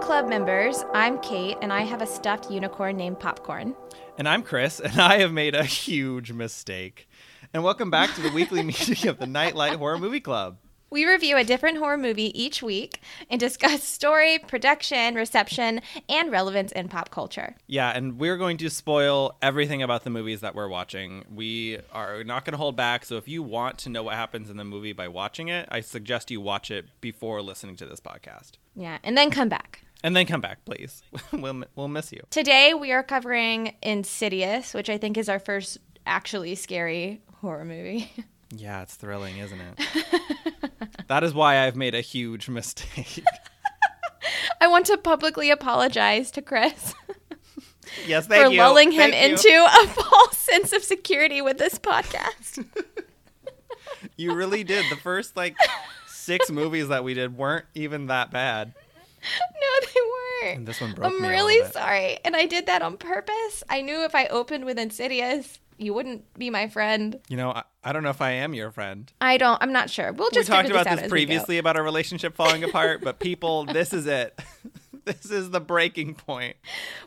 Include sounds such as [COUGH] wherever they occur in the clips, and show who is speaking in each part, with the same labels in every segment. Speaker 1: Club members, I'm Kate, and I have a stuffed unicorn named Popcorn.
Speaker 2: And I'm Chris, and I have made a huge mistake. And welcome back to the weekly meeting of the Nightlight Horror Movie Club.
Speaker 1: We review a different horror movie each week and [LAUGHS] discuss story, production, reception, and relevance in pop culture.
Speaker 2: Yeah, and we're going to spoil everything about the movies that we're watching. We are not going to hold back. So if you want to know what happens in the movie by watching it, I suggest you watch it before listening to this podcast.
Speaker 1: Yeah, and then come back.
Speaker 2: And then come back, please. [LAUGHS] we'll, we'll miss you.
Speaker 1: Today we are covering Insidious, which I think is our first actually scary horror movie. [LAUGHS]
Speaker 2: Yeah, it's thrilling, isn't it? that is why I've made a huge mistake.
Speaker 1: I want to publicly apologize to Chris
Speaker 2: [LAUGHS]
Speaker 1: [LAUGHS]
Speaker 2: yes, thank
Speaker 1: for
Speaker 2: you.
Speaker 1: lulling him
Speaker 2: Thank you.
Speaker 1: into a [LAUGHS] false sense of security with this podcast.
Speaker 2: You really did. The first like
Speaker 1: [LAUGHS]
Speaker 2: six movies that we did weren't even that bad.
Speaker 1: no, [LAUGHS] they weren't.
Speaker 2: And this one broke
Speaker 1: I'm
Speaker 2: me a
Speaker 1: really
Speaker 2: little bit.
Speaker 1: sorry. And I did that on purpose. I knew if I opened with Insidious, you wouldn't be my friend.
Speaker 2: You know, I, I don't know if I am your friend.
Speaker 1: I don't, I'm not sure. We'll just
Speaker 2: we talked
Speaker 1: figure
Speaker 2: about
Speaker 1: out
Speaker 2: this,
Speaker 1: as we go.
Speaker 2: previously about our relationship falling apart, but
Speaker 1: [LAUGHS]
Speaker 2: people, this is it. [LAUGHS] this is the breaking point.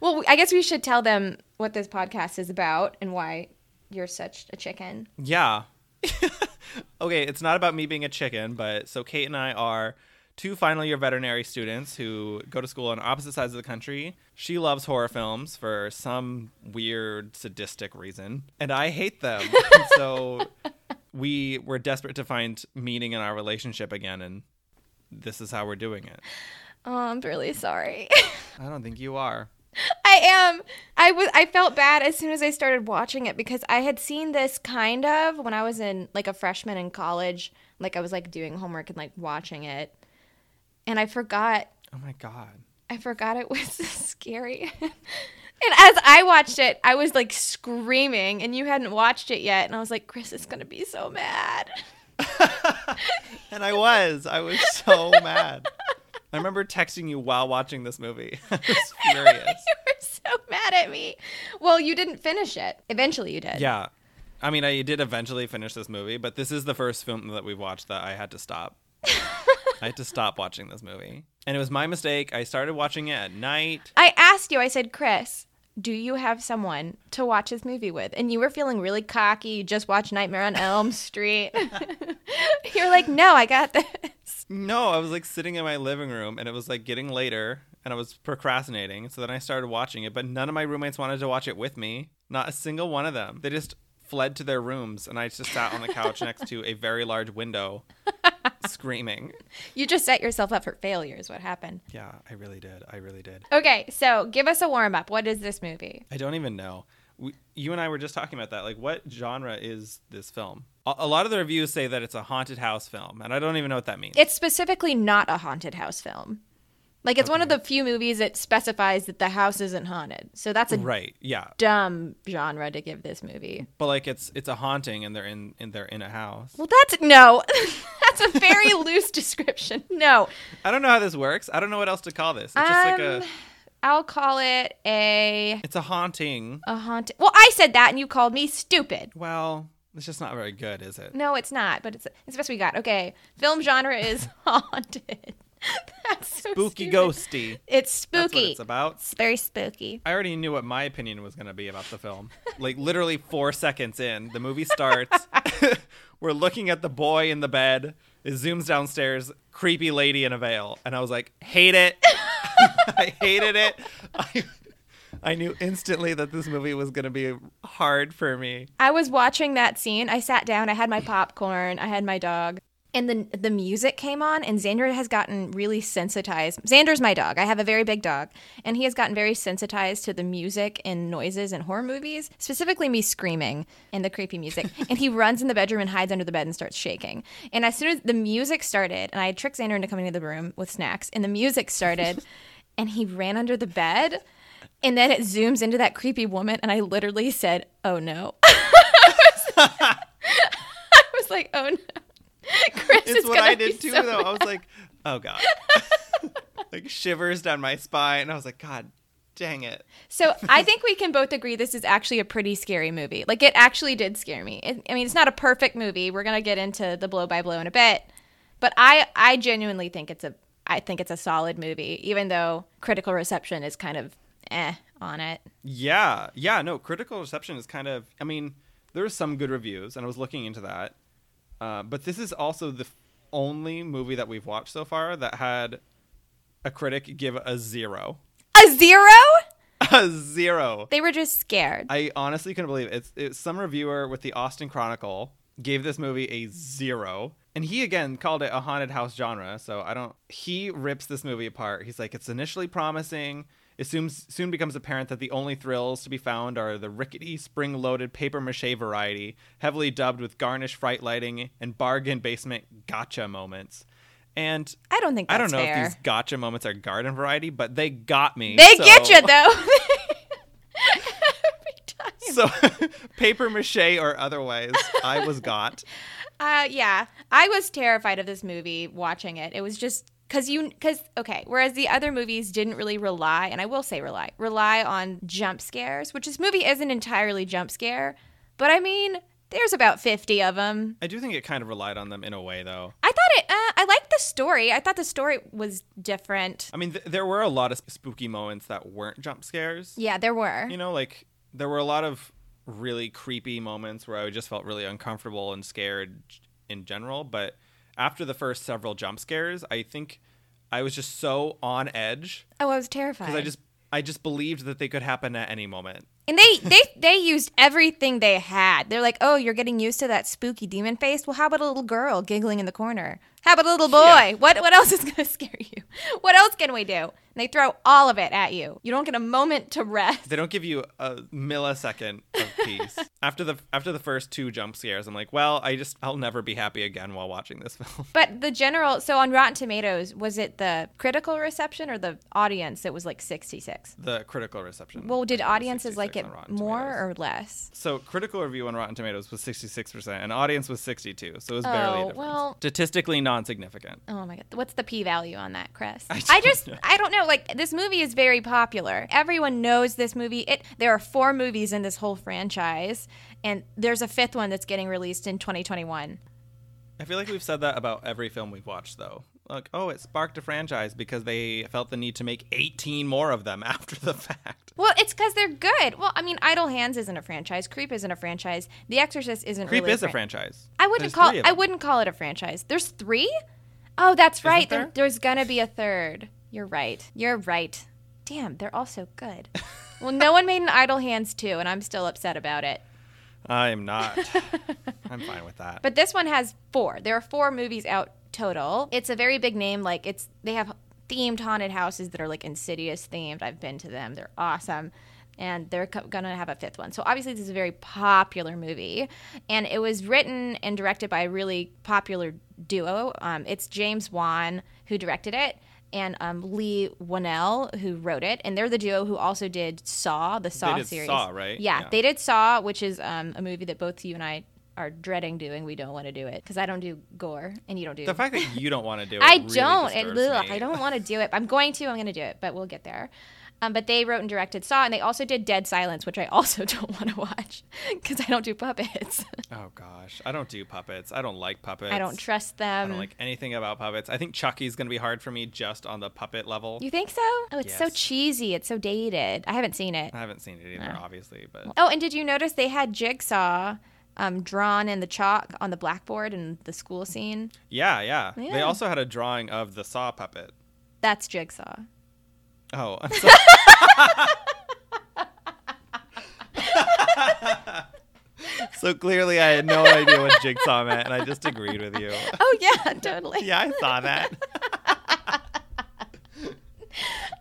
Speaker 1: Well, I guess we should tell them what this podcast is about and why you're such a chicken.
Speaker 2: Yeah. [LAUGHS] okay, it's not about me being a chicken, but so Kate and I are two final year veterinary students who go to school on opposite sides of the country. She loves horror films for some weird sadistic reason, and I hate them. And
Speaker 1: [LAUGHS]
Speaker 2: so we were desperate to find meaning in our relationship again and this is how we're doing it.
Speaker 1: Oh, I'm really sorry. [LAUGHS]
Speaker 2: I don't think you are.
Speaker 1: I am. I was. I felt bad as soon as I started watching it because I had seen this kind of when I was in like a freshman in college. Like I was like doing homework and like watching it, and I forgot.
Speaker 2: Oh my god.
Speaker 1: I forgot it [LAUGHS] was scary. [LAUGHS] and as I watched it, I was like screaming, and you hadn't watched it yet, and I was like, Chris is gonna be so mad. [LAUGHS]
Speaker 2: And I was. I was [LAUGHS] so mad. I remember texting you while watching this movie. [LAUGHS] I was furious.
Speaker 1: you were so mad at me. Well, you didn't finish it. Eventually, you
Speaker 2: [LAUGHS]
Speaker 1: did.
Speaker 2: Yeah. I mean, I did eventually finish this movie, but this is the first film that we've watched that I had to [LAUGHS] stop. I had to stop watching this movie. And it was my mistake. I started watching it at night.
Speaker 1: I asked you, I said, Chris, do you have someone to watch this movie with? And you were feeling really cocky. You just watched Nightmare on Elm Street. [LAUGHS] You're like, no, I got this.
Speaker 2: No, I was like sitting in my living room and it was like getting later and I was procrastinating. So then I started watching it, but none of my roommates wanted to watch it with me. Not a single one of them. They just fled to their rooms and I just sat on the couch next to a very large window screaming.
Speaker 1: [LAUGHS] You just set yourself up for failure, is what happened.
Speaker 2: Yeah, I really did. I really did.
Speaker 1: Okay, so give us a warm up. What is this movie?
Speaker 2: I don't even know. We, you and I were just talking about that. Like, what genre is this film? A, a lot of the reviews say that it's a haunted house film, and I don't even know what that means.
Speaker 1: It's specifically not a haunted house film. Like, it's one of the few movies that specifies that the house isn't haunted. So that's a
Speaker 2: right? Yeah,
Speaker 1: dumb genre to give this movie.
Speaker 2: but like it's it's a haunting, and they're in and they're in a house.
Speaker 1: Well, that's no. [LAUGHS] that's
Speaker 2: [LAUGHS]
Speaker 1: a very loose description. No.
Speaker 2: I don't know how this works. I don't know what else to call this. It's just like a
Speaker 1: Um, I'll call it a
Speaker 2: it's a haunting.
Speaker 1: a haunted. Well, I said that and you called me stupid.
Speaker 2: Well, it's just not very good, is
Speaker 1: [LAUGHS]
Speaker 2: it?
Speaker 1: No, it's not, but it's it's the best we got. Okay, film genre is [LAUGHS] haunted. [LAUGHS] That's so
Speaker 2: Spooky
Speaker 1: stupid.
Speaker 2: ghosty.
Speaker 1: It's
Speaker 2: That's what
Speaker 1: spooky.
Speaker 2: it's about.
Speaker 1: It's very spooky.
Speaker 2: I already knew what my opinion was going to be about the film. like literally four seconds in, the movie starts. [LAUGHS] We're looking at the boy in the bed. It zooms downstairs, creepy lady in a veil, and I was like, hate it. [LAUGHS] I hated it. [LAUGHS] I, I knew instantly that this movie was going to be hard for me.
Speaker 1: I was watching that scene. I sat down. I had my popcorn. I had my dog. And the the music came on, and Xander has gotten really sensitized. Xander's my dog. I have a very big dog, and he has gotten very sensitized to the music and noises in horror movies, specifically me screaming and the creepy music. and he runs in the bedroom and hides under the bed and starts shaking. And as soon as the music started, and I tricked Xander into coming to the room with snacks, and the music started, and he ran under the bed, and then it zooms into that creepy woman, and I literally said, "Oh no." [LAUGHS] I was like, oh no. Chris
Speaker 2: It's,
Speaker 1: is
Speaker 2: what
Speaker 1: gonna
Speaker 2: I did
Speaker 1: be
Speaker 2: too,
Speaker 1: so
Speaker 2: though. I was like, oh God. [LAUGHS] like shivers down my spine. I was like, God dang it.
Speaker 1: So I think we can both agree this is actually a pretty scary movie. Like it actually did scare me. It, I mean, it's not a perfect movie. We're gonna get into the blow by blow in a bit, but I I genuinely think it's a I think it's a solid movie, even though critical reception is kind of eh on it.
Speaker 2: Yeah, yeah, no, critical reception is kind of. I mean, there's some good reviews, and I was looking into that. Uh, but this is also the f- only movie that we've watched so far that had a critic give a zero. [LAUGHS]
Speaker 1: A zero?
Speaker 2: A zero.
Speaker 1: They were just scared.
Speaker 2: I honestly couldn't believe it. It's, it's some reviewer with the Austin Chronicle gave this movie a zero. And he again called it a haunted house genre, so I don't. He rips this movie apart. He's like, it's initially promising. It soon, soon becomes apparent that the only thrills to be found are the rickety, spring loaded paper mache variety, heavily dubbed with garnish fright lighting and bargain basement gotcha moments. And
Speaker 1: I don't think
Speaker 2: I
Speaker 1: that's
Speaker 2: don't know
Speaker 1: fair.
Speaker 2: if these gotcha moments are garden variety, but they got me.
Speaker 1: They
Speaker 2: so-
Speaker 1: get you
Speaker 2: [LAUGHS]
Speaker 1: though. Every time.
Speaker 2: So, [LAUGHS] paper mache or otherwise, I was got.
Speaker 1: Uh, yeah, I was terrified of this movie watching it. It was just because you because okay. Whereas the other movies didn't really rely, and I will say rely rely on jump scares, which this movie isn't entirely jump scare, but I mean there's about fifty of them.
Speaker 2: I do think it kind of relied on them in a way, though.
Speaker 1: I thought it. Uh, I liked the story. I thought the story was different.
Speaker 2: I mean, th- there were a lot of spooky moments that weren't jump scares.
Speaker 1: Yeah, there were.
Speaker 2: You know, like there were a lot of really creepy moments where I just felt really uncomfortable and scared in general. But after the first several jump scares, I think I was just so on edge
Speaker 1: oh, I was terrified.
Speaker 2: because I just I just believed that they could happen at any moment.
Speaker 1: And they they they used everything they had. They're like, "Oh, you're getting used to that spooky demon face. Well, how about a little girl giggling in the corner? How about a little boy?
Speaker 2: Yeah.
Speaker 1: What what else is going to [LAUGHS] scare you? What else can we do?" And they throw all of it at you. You don't get a moment to rest.
Speaker 2: They don't give you a millisecond of
Speaker 1: [LAUGHS]
Speaker 2: peace. after the after the first two jump scares, I'm like, well, I just I'll never be happy again while watching this [LAUGHS] film.
Speaker 1: But the general, so on Rotten Tomatoes, was it the critical reception or the audience that was like 66?
Speaker 2: the critical reception.
Speaker 1: Well, did
Speaker 2: rating was
Speaker 1: audiences like
Speaker 2: 66
Speaker 1: it
Speaker 2: on Rotten
Speaker 1: more
Speaker 2: Tomatoes.
Speaker 1: or less?
Speaker 2: So critical review on Rotten Tomatoes was 66% and audience was 62. So it was barely a
Speaker 1: Oh,
Speaker 2: difference.
Speaker 1: well-
Speaker 2: statistically non-significant.
Speaker 1: Oh my god, what's the p value on that, Chris? I,
Speaker 2: [LAUGHS] I don't
Speaker 1: just
Speaker 2: know.
Speaker 1: I don't know. Like this movie is very popular. Everyone knows this movie. It there are four movies in this whole franchise, and there's a fifth one that's getting released in 2021.
Speaker 2: I feel like we've said that about every film we've watched though. Like, oh, it sparked a franchise because they felt the need to make 18 more of them [LAUGHS] after the fact.
Speaker 1: Well, it's because they're good. Well, I mean, Idle Hands isn't a franchise. Creep isn't a franchise. The Exorcist isn't.
Speaker 2: Creep
Speaker 1: really
Speaker 2: is a
Speaker 1: fran-
Speaker 2: franchise.
Speaker 1: I wouldn't
Speaker 2: There's
Speaker 1: call.
Speaker 2: three of
Speaker 1: I
Speaker 2: them.
Speaker 1: wouldn't call it a franchise. There's three. Oh, that's right. There-
Speaker 2: there?
Speaker 1: there's gonna be a third. You're right. You're right. Damn, they're all so
Speaker 2: [LAUGHS]
Speaker 1: good. well, no one made an Idle Hands too, and I'm still upset about it.
Speaker 2: I am
Speaker 1: [LAUGHS]
Speaker 2: not. I'm fine with that.
Speaker 1: But this one has four. There are four movies out total. It's a very big name. Like it's they have themed haunted houses that are like insidious themed. I've been to them. They're awesome. And they're co- gonna have a fifth one. So obviously, this is a very popular movie, and it was written and directed by a really popular duo. Um, it's James Wan who directed it, and um, Lee Whannell who wrote it, and they're the duo who also did Saw, the Saw
Speaker 2: did
Speaker 1: series.
Speaker 2: Saw, right?
Speaker 1: Yeah,
Speaker 2: Yeah.
Speaker 1: they did Saw, which is um, a movie that both you and I are dreading doing. We don't want to do it because I don't do gore, and you don't do.
Speaker 2: the fact that you don't want to do it
Speaker 1: I
Speaker 2: really
Speaker 1: don't. It,
Speaker 2: disturbs
Speaker 1: ugh,
Speaker 2: me.
Speaker 1: I don't want to do it. I'm going to. I'm going to do it, but we'll get there. Um, but they wrote and directed Saw, and they also did Dead Silence, which I [LAUGHS] also don't want to watch because I don't do puppets. [LAUGHS]
Speaker 2: Oh gosh, I don't do puppets. I don't like puppets.
Speaker 1: I don't trust them.
Speaker 2: I don't like anything about puppets. I think Chucky's gonna be hard for me just on the puppet level.
Speaker 1: you think so? Oh, it's so
Speaker 2: Yes. Uh.
Speaker 1: cheesy. It's so dated. I haven't seen it.
Speaker 2: I haven't seen it either, obviously, but
Speaker 1: Oh, and did you notice they had Jigsaw um, drawn in the chalk on the blackboard in the school scene?
Speaker 2: yeah, yeah, They
Speaker 1: Yeah.
Speaker 2: also had a drawing of the saw puppet.
Speaker 1: That's Jigsaw.
Speaker 2: Oh,
Speaker 1: [LAUGHS]
Speaker 2: I'm sorry. [LAUGHS] so clearly, I had no idea what jigsaw meant, and I just agreed with you.
Speaker 1: Oh yeah, [LAUGHS] totally.
Speaker 2: Yeah, I saw that.
Speaker 1: [LAUGHS]
Speaker 2: oh,
Speaker 1: Um,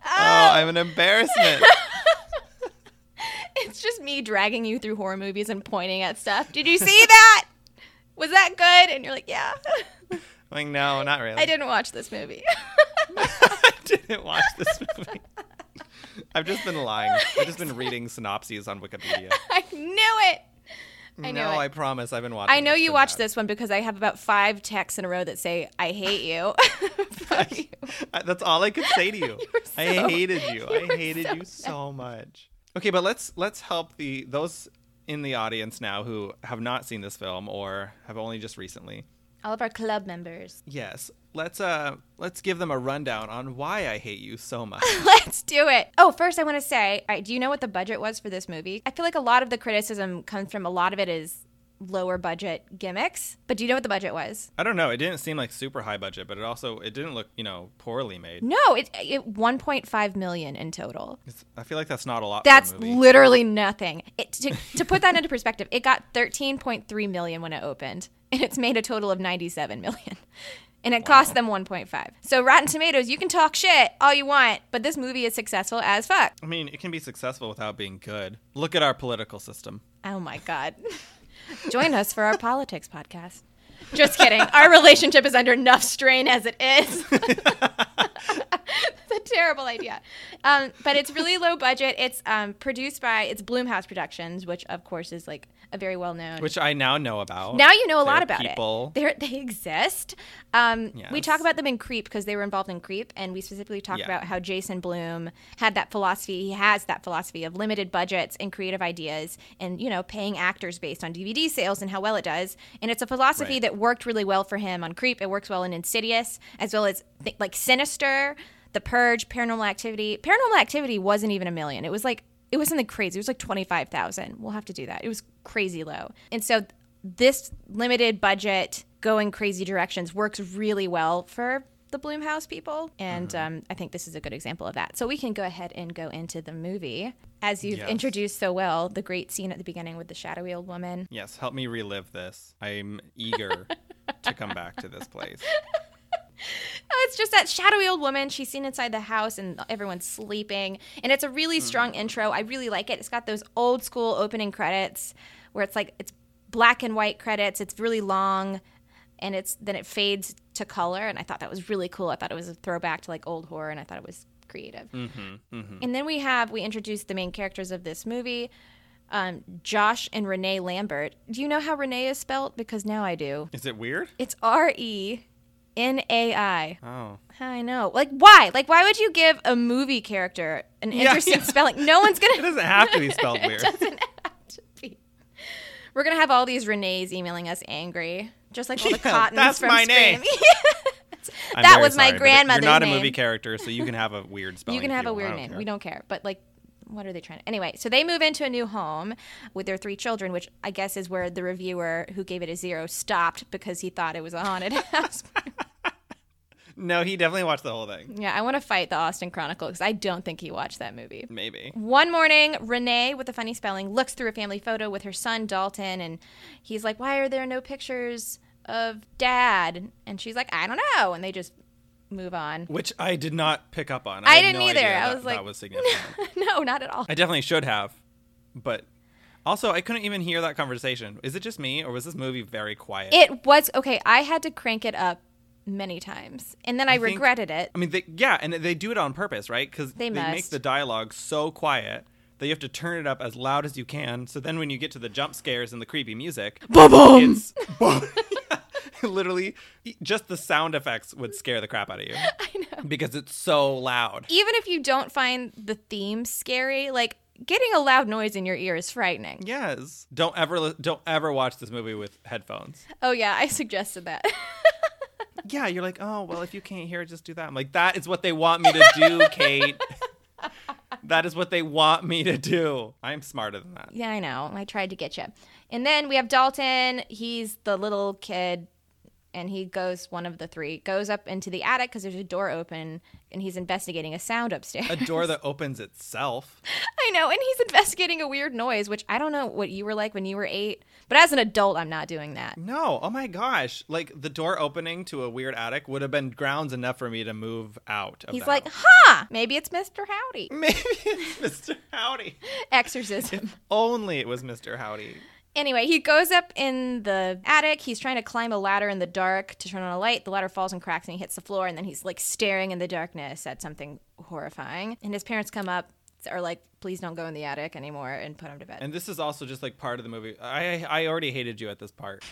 Speaker 2: I'm an
Speaker 1: [LAUGHS]
Speaker 2: embarrassment.
Speaker 1: It's just me dragging you through horror movies and pointing at stuff. Did you see [LAUGHS] that? Was that good? And you're like, yeah. [LAUGHS]
Speaker 2: I'm like, no, not really. [LAUGHS]
Speaker 1: I didn't watch this movie. [LAUGHS]
Speaker 2: I didn't watch this movie. I've just been lying. I've just
Speaker 1: [LAUGHS]
Speaker 2: been reading synopses on Wikipedia.
Speaker 1: I knew it. [LAUGHS] I know
Speaker 2: no,
Speaker 1: it.
Speaker 2: I promise I've been watching.
Speaker 1: I know
Speaker 2: It's
Speaker 1: you
Speaker 2: been
Speaker 1: watched
Speaker 2: bad.
Speaker 1: this one because I have about five texts in a row that say, I hate you. [LAUGHS] From [LAUGHS] you.
Speaker 2: [LAUGHS] I- That's all I could say to
Speaker 1: [LAUGHS]
Speaker 2: you.
Speaker 1: were so-
Speaker 2: I hated you.
Speaker 1: [LAUGHS] you were
Speaker 2: I hated
Speaker 1: so
Speaker 2: you so much. Okay, but let's let's help the those in the audience now who have not seen this film or have only just recently.
Speaker 1: All of our club members.
Speaker 2: Yes. Let's uh let's give them a rundown on why I hate you so much.
Speaker 1: [LAUGHS] Let's do it. Oh, first I want to say, all right, do you know what the budget was for this movie? I feel like a lot of the criticism comes from a lot of it is lower budget gimmicks. But do you know what the budget was?
Speaker 2: [LAUGHS] I don't know. It didn't seem like super high budget, but it also it didn't look, you know, poorly made.
Speaker 1: No, it, it 1.5 million in total.
Speaker 2: It's, I feel like that's not a lot.
Speaker 1: That's
Speaker 2: for a movie.
Speaker 1: literally nothing. It, to, to put that into perspective, it got 13.3 million when it opened, and it's made a total of 97 million. And it cost them 1.5. So Rotten Tomatoes, you can talk shit all you want, but this movie is successful as fuck.
Speaker 2: I mean, it can be successful without being good. Look at our political system.
Speaker 1: Oh my god. [LAUGHS] Join us for our politics podcast. Just kidding. Our relationship is under enough strain as it is. [LAUGHS] It's a terrible idea. Um, but it's really low budget. It's um, produced by it's Bloomhouse Productions, which of course is like a very well known.
Speaker 2: Which I now know about.
Speaker 1: now you know a
Speaker 2: There
Speaker 1: lot
Speaker 2: are
Speaker 1: about
Speaker 2: people.
Speaker 1: it. They're, they exist. Um, We
Speaker 2: Yes.
Speaker 1: talk about them in Creep because they were involved in Creep, and we specifically talked
Speaker 2: Yeah.
Speaker 1: about how Jason Bloom had that philosophy. He has that philosophy of limited budgets and creative ideas, and you know, paying actors based on DVD sales and how well it does. And it's a philosophy
Speaker 2: Right.
Speaker 1: that worked really well for him on Creep. It works well in Insidious, as well as th- like Sinister, The Purge, Paranormal Activity. Paranormal Activity wasn't even a million. It was like it was something crazy. It was like twenty five thousand. We'll have to do that. It was crazy low. And so this limited budget going crazy directions works really well for the Bloomhouse people. And um, I think this is a good example of that. So we can go ahead and go into the movie. As you've
Speaker 2: Yes.
Speaker 1: introduced so well, the great scene at the beginning with the shadowy old woman.
Speaker 2: Yes, help me relive this. I'm eager to come back to this
Speaker 1: [LAUGHS]
Speaker 2: place.
Speaker 1: Oh, it's just that shadowy old woman. She's seen inside the house and everyone's sleeping. And it's a really strong intro. I really like it. It's got those old school opening credits where it's like it's black and white credits. It's really long and it's then it fades to color and I thought that was really cool. I thought it was a throwback to like old horror and I thought it was creative. And then we have we introduced the main characters of this movie. Um, Josh and Renee Lambert. Do you know how Renee is spelt? Because now I do.
Speaker 2: Is it weird?
Speaker 1: It's R E N A I.
Speaker 2: Oh.
Speaker 1: I know. Like, why? Like, why would you give a movie character an interesting
Speaker 2: yeah.
Speaker 1: spelling? No one's
Speaker 2: It [LAUGHS]
Speaker 1: gonna
Speaker 2: doesn't have to be
Speaker 1: [LAUGHS]
Speaker 2: spelled weird.
Speaker 1: be. We're gonna have all these Renees emailing us angry, just like all the
Speaker 2: Yeah,
Speaker 1: cottons
Speaker 2: that's
Speaker 1: from
Speaker 2: my
Speaker 1: Scream. [LAUGHS]
Speaker 2: name.
Speaker 1: that
Speaker 2: I'm very
Speaker 1: was my
Speaker 2: sorry, but
Speaker 1: grandmother's
Speaker 2: You're not
Speaker 1: name.
Speaker 2: a movie character, so you can have a weird spelling.
Speaker 1: [LAUGHS] you can
Speaker 2: if
Speaker 1: have a
Speaker 2: want. I Oh,
Speaker 1: weird
Speaker 2: don't
Speaker 1: name.
Speaker 2: care.
Speaker 1: We don't care. But like, what are they trying? to... Anyway, so they move into a new home with their three children, which I guess is where the reviewer who gave it a zero stopped because he thought it was a haunted [LAUGHS] house.
Speaker 2: [LAUGHS] No, he definitely watched the whole thing.
Speaker 1: yeah, I want to fight the Austin Chronicle because I don't think he watched that movie.
Speaker 2: Maybe.
Speaker 1: One morning, Renee, with a funny spelling, looks through a family photo with her son Dalton, and he's like, "Why are there no pictures of Dad?" And she's like, "I don't know," and they just move on. [LAUGHS]
Speaker 2: Which I did not pick up on.
Speaker 1: I
Speaker 2: had
Speaker 1: didn't
Speaker 2: no
Speaker 1: either.
Speaker 2: idea
Speaker 1: I
Speaker 2: that-
Speaker 1: was like,
Speaker 2: that was significant.
Speaker 1: no, not at all.
Speaker 2: I definitely should have, but also I couldn't even hear that conversation. Is it just me, or was this movie very quiet?
Speaker 1: It was okay. I had to crank it up many times, and then I,
Speaker 2: think-
Speaker 1: regretted it.
Speaker 2: I mean, they, yeah, and they do it on purpose, right? Because
Speaker 1: They
Speaker 2: they, make
Speaker 1: must.
Speaker 2: the dialogue so quiet that you have to turn it up as loud as you can. So then, when you get to the jump scares and the creepy music, it's [LAUGHS] literally just the sound effects would scare the crap out
Speaker 1: [LAUGHS]
Speaker 2: of you. I know because it's so loud.
Speaker 1: Even if you don't find the theme scary, like getting a loud noise in your ear is frightening.
Speaker 2: Yes, don't ever li- don't ever watch this movie with headphones.
Speaker 1: Oh yeah, I suggested that. [LAUGHS]
Speaker 2: yeah, you're like, oh, well, if you can't hear it, just do that. I'm like, that is what they want me to [LAUGHS] do, Kate. that is what they want me to do. I'm smarter than that.
Speaker 1: Yeah, I know. I tried to get you. And then we have Dalton. He's the little kid, and he goes one of the three goes up into the attic because there's a door open, and he's investigating a sound upstairs.
Speaker 2: A door that opens itself.
Speaker 1: [LAUGHS] I know, and he's investigating a weird noise, which I don't know what you were like when you were eight, but as an adult, I'm not doing that.
Speaker 2: No, oh my gosh. Like the door opening to a weird attic would have been grounds enough for me to move out of
Speaker 1: He's
Speaker 2: the
Speaker 1: like,
Speaker 2: house. [LAUGHS]
Speaker 1: "Huh? Maybe it's Mr. Howdy."
Speaker 2: Maybe it's Mr. Howdy.
Speaker 1: Exorcism.
Speaker 2: Only it was Mr. Howdy.
Speaker 1: Anyway, he goes up in the attic. He's trying to climb a ladder in the dark to turn on a light. The ladder falls and cracks and he hits the floor. And then he's like staring in the darkness at something horrifying. And his parents come up, are like, please don't go in the attic anymore and put him to bed.
Speaker 2: And this is also just
Speaker 1: [LAUGHS]
Speaker 2: like part of the movie. I I already hated you at this part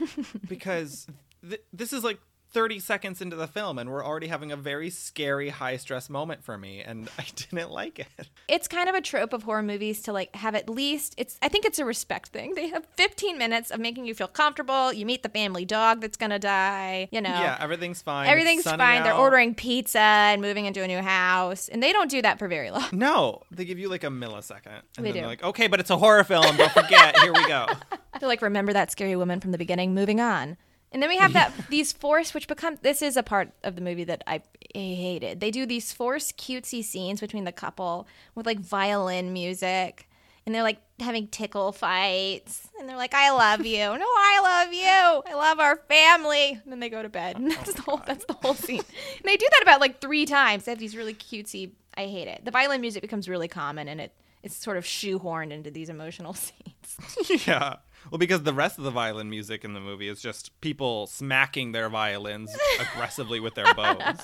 Speaker 2: because th- this is like 30 seconds into the film and we're already having a very scary high stress moment for me and [LAUGHS] I didn't like it.
Speaker 1: It's kind of a trope of horror movies to like have at least it's I think it's a respect thing. They have 15 minutes of making you feel comfortable. You meet the family dog that's going to die, you know.
Speaker 2: Yeah, everything's fine. It's
Speaker 1: Everything's
Speaker 2: sunny
Speaker 1: fine. They're
Speaker 2: out.
Speaker 1: ordering pizza and moving into a new house, and they don't do that for very long.
Speaker 2: No, they give you like a millisecond. And
Speaker 1: They
Speaker 2: then they're
Speaker 1: do.
Speaker 2: like, okay, but it's a horror film. Don't forget. Here we go. [LAUGHS]
Speaker 1: They're like, remember that scary woman from the beginning, moving on. And then we have that these force, which become this is a part of the movie that I hated. They do these force cutesy scenes between the couple with like violin music, and they're like having tickle fights, and they're like, "I love you," "No, I love you," "I love our family," and then they go to bed. And [LAUGHS] that's the whole that's the whole scene. and they do that about like three times. They have these really cutesy. I hate it. The violin music becomes really common, and it it's sort of shoehorned into these emotional [LAUGHS] scenes.
Speaker 2: yeah. Well, because the rest of the violin music in the movie is just people smacking their violins aggressively with their
Speaker 1: [LAUGHS]
Speaker 2: bows.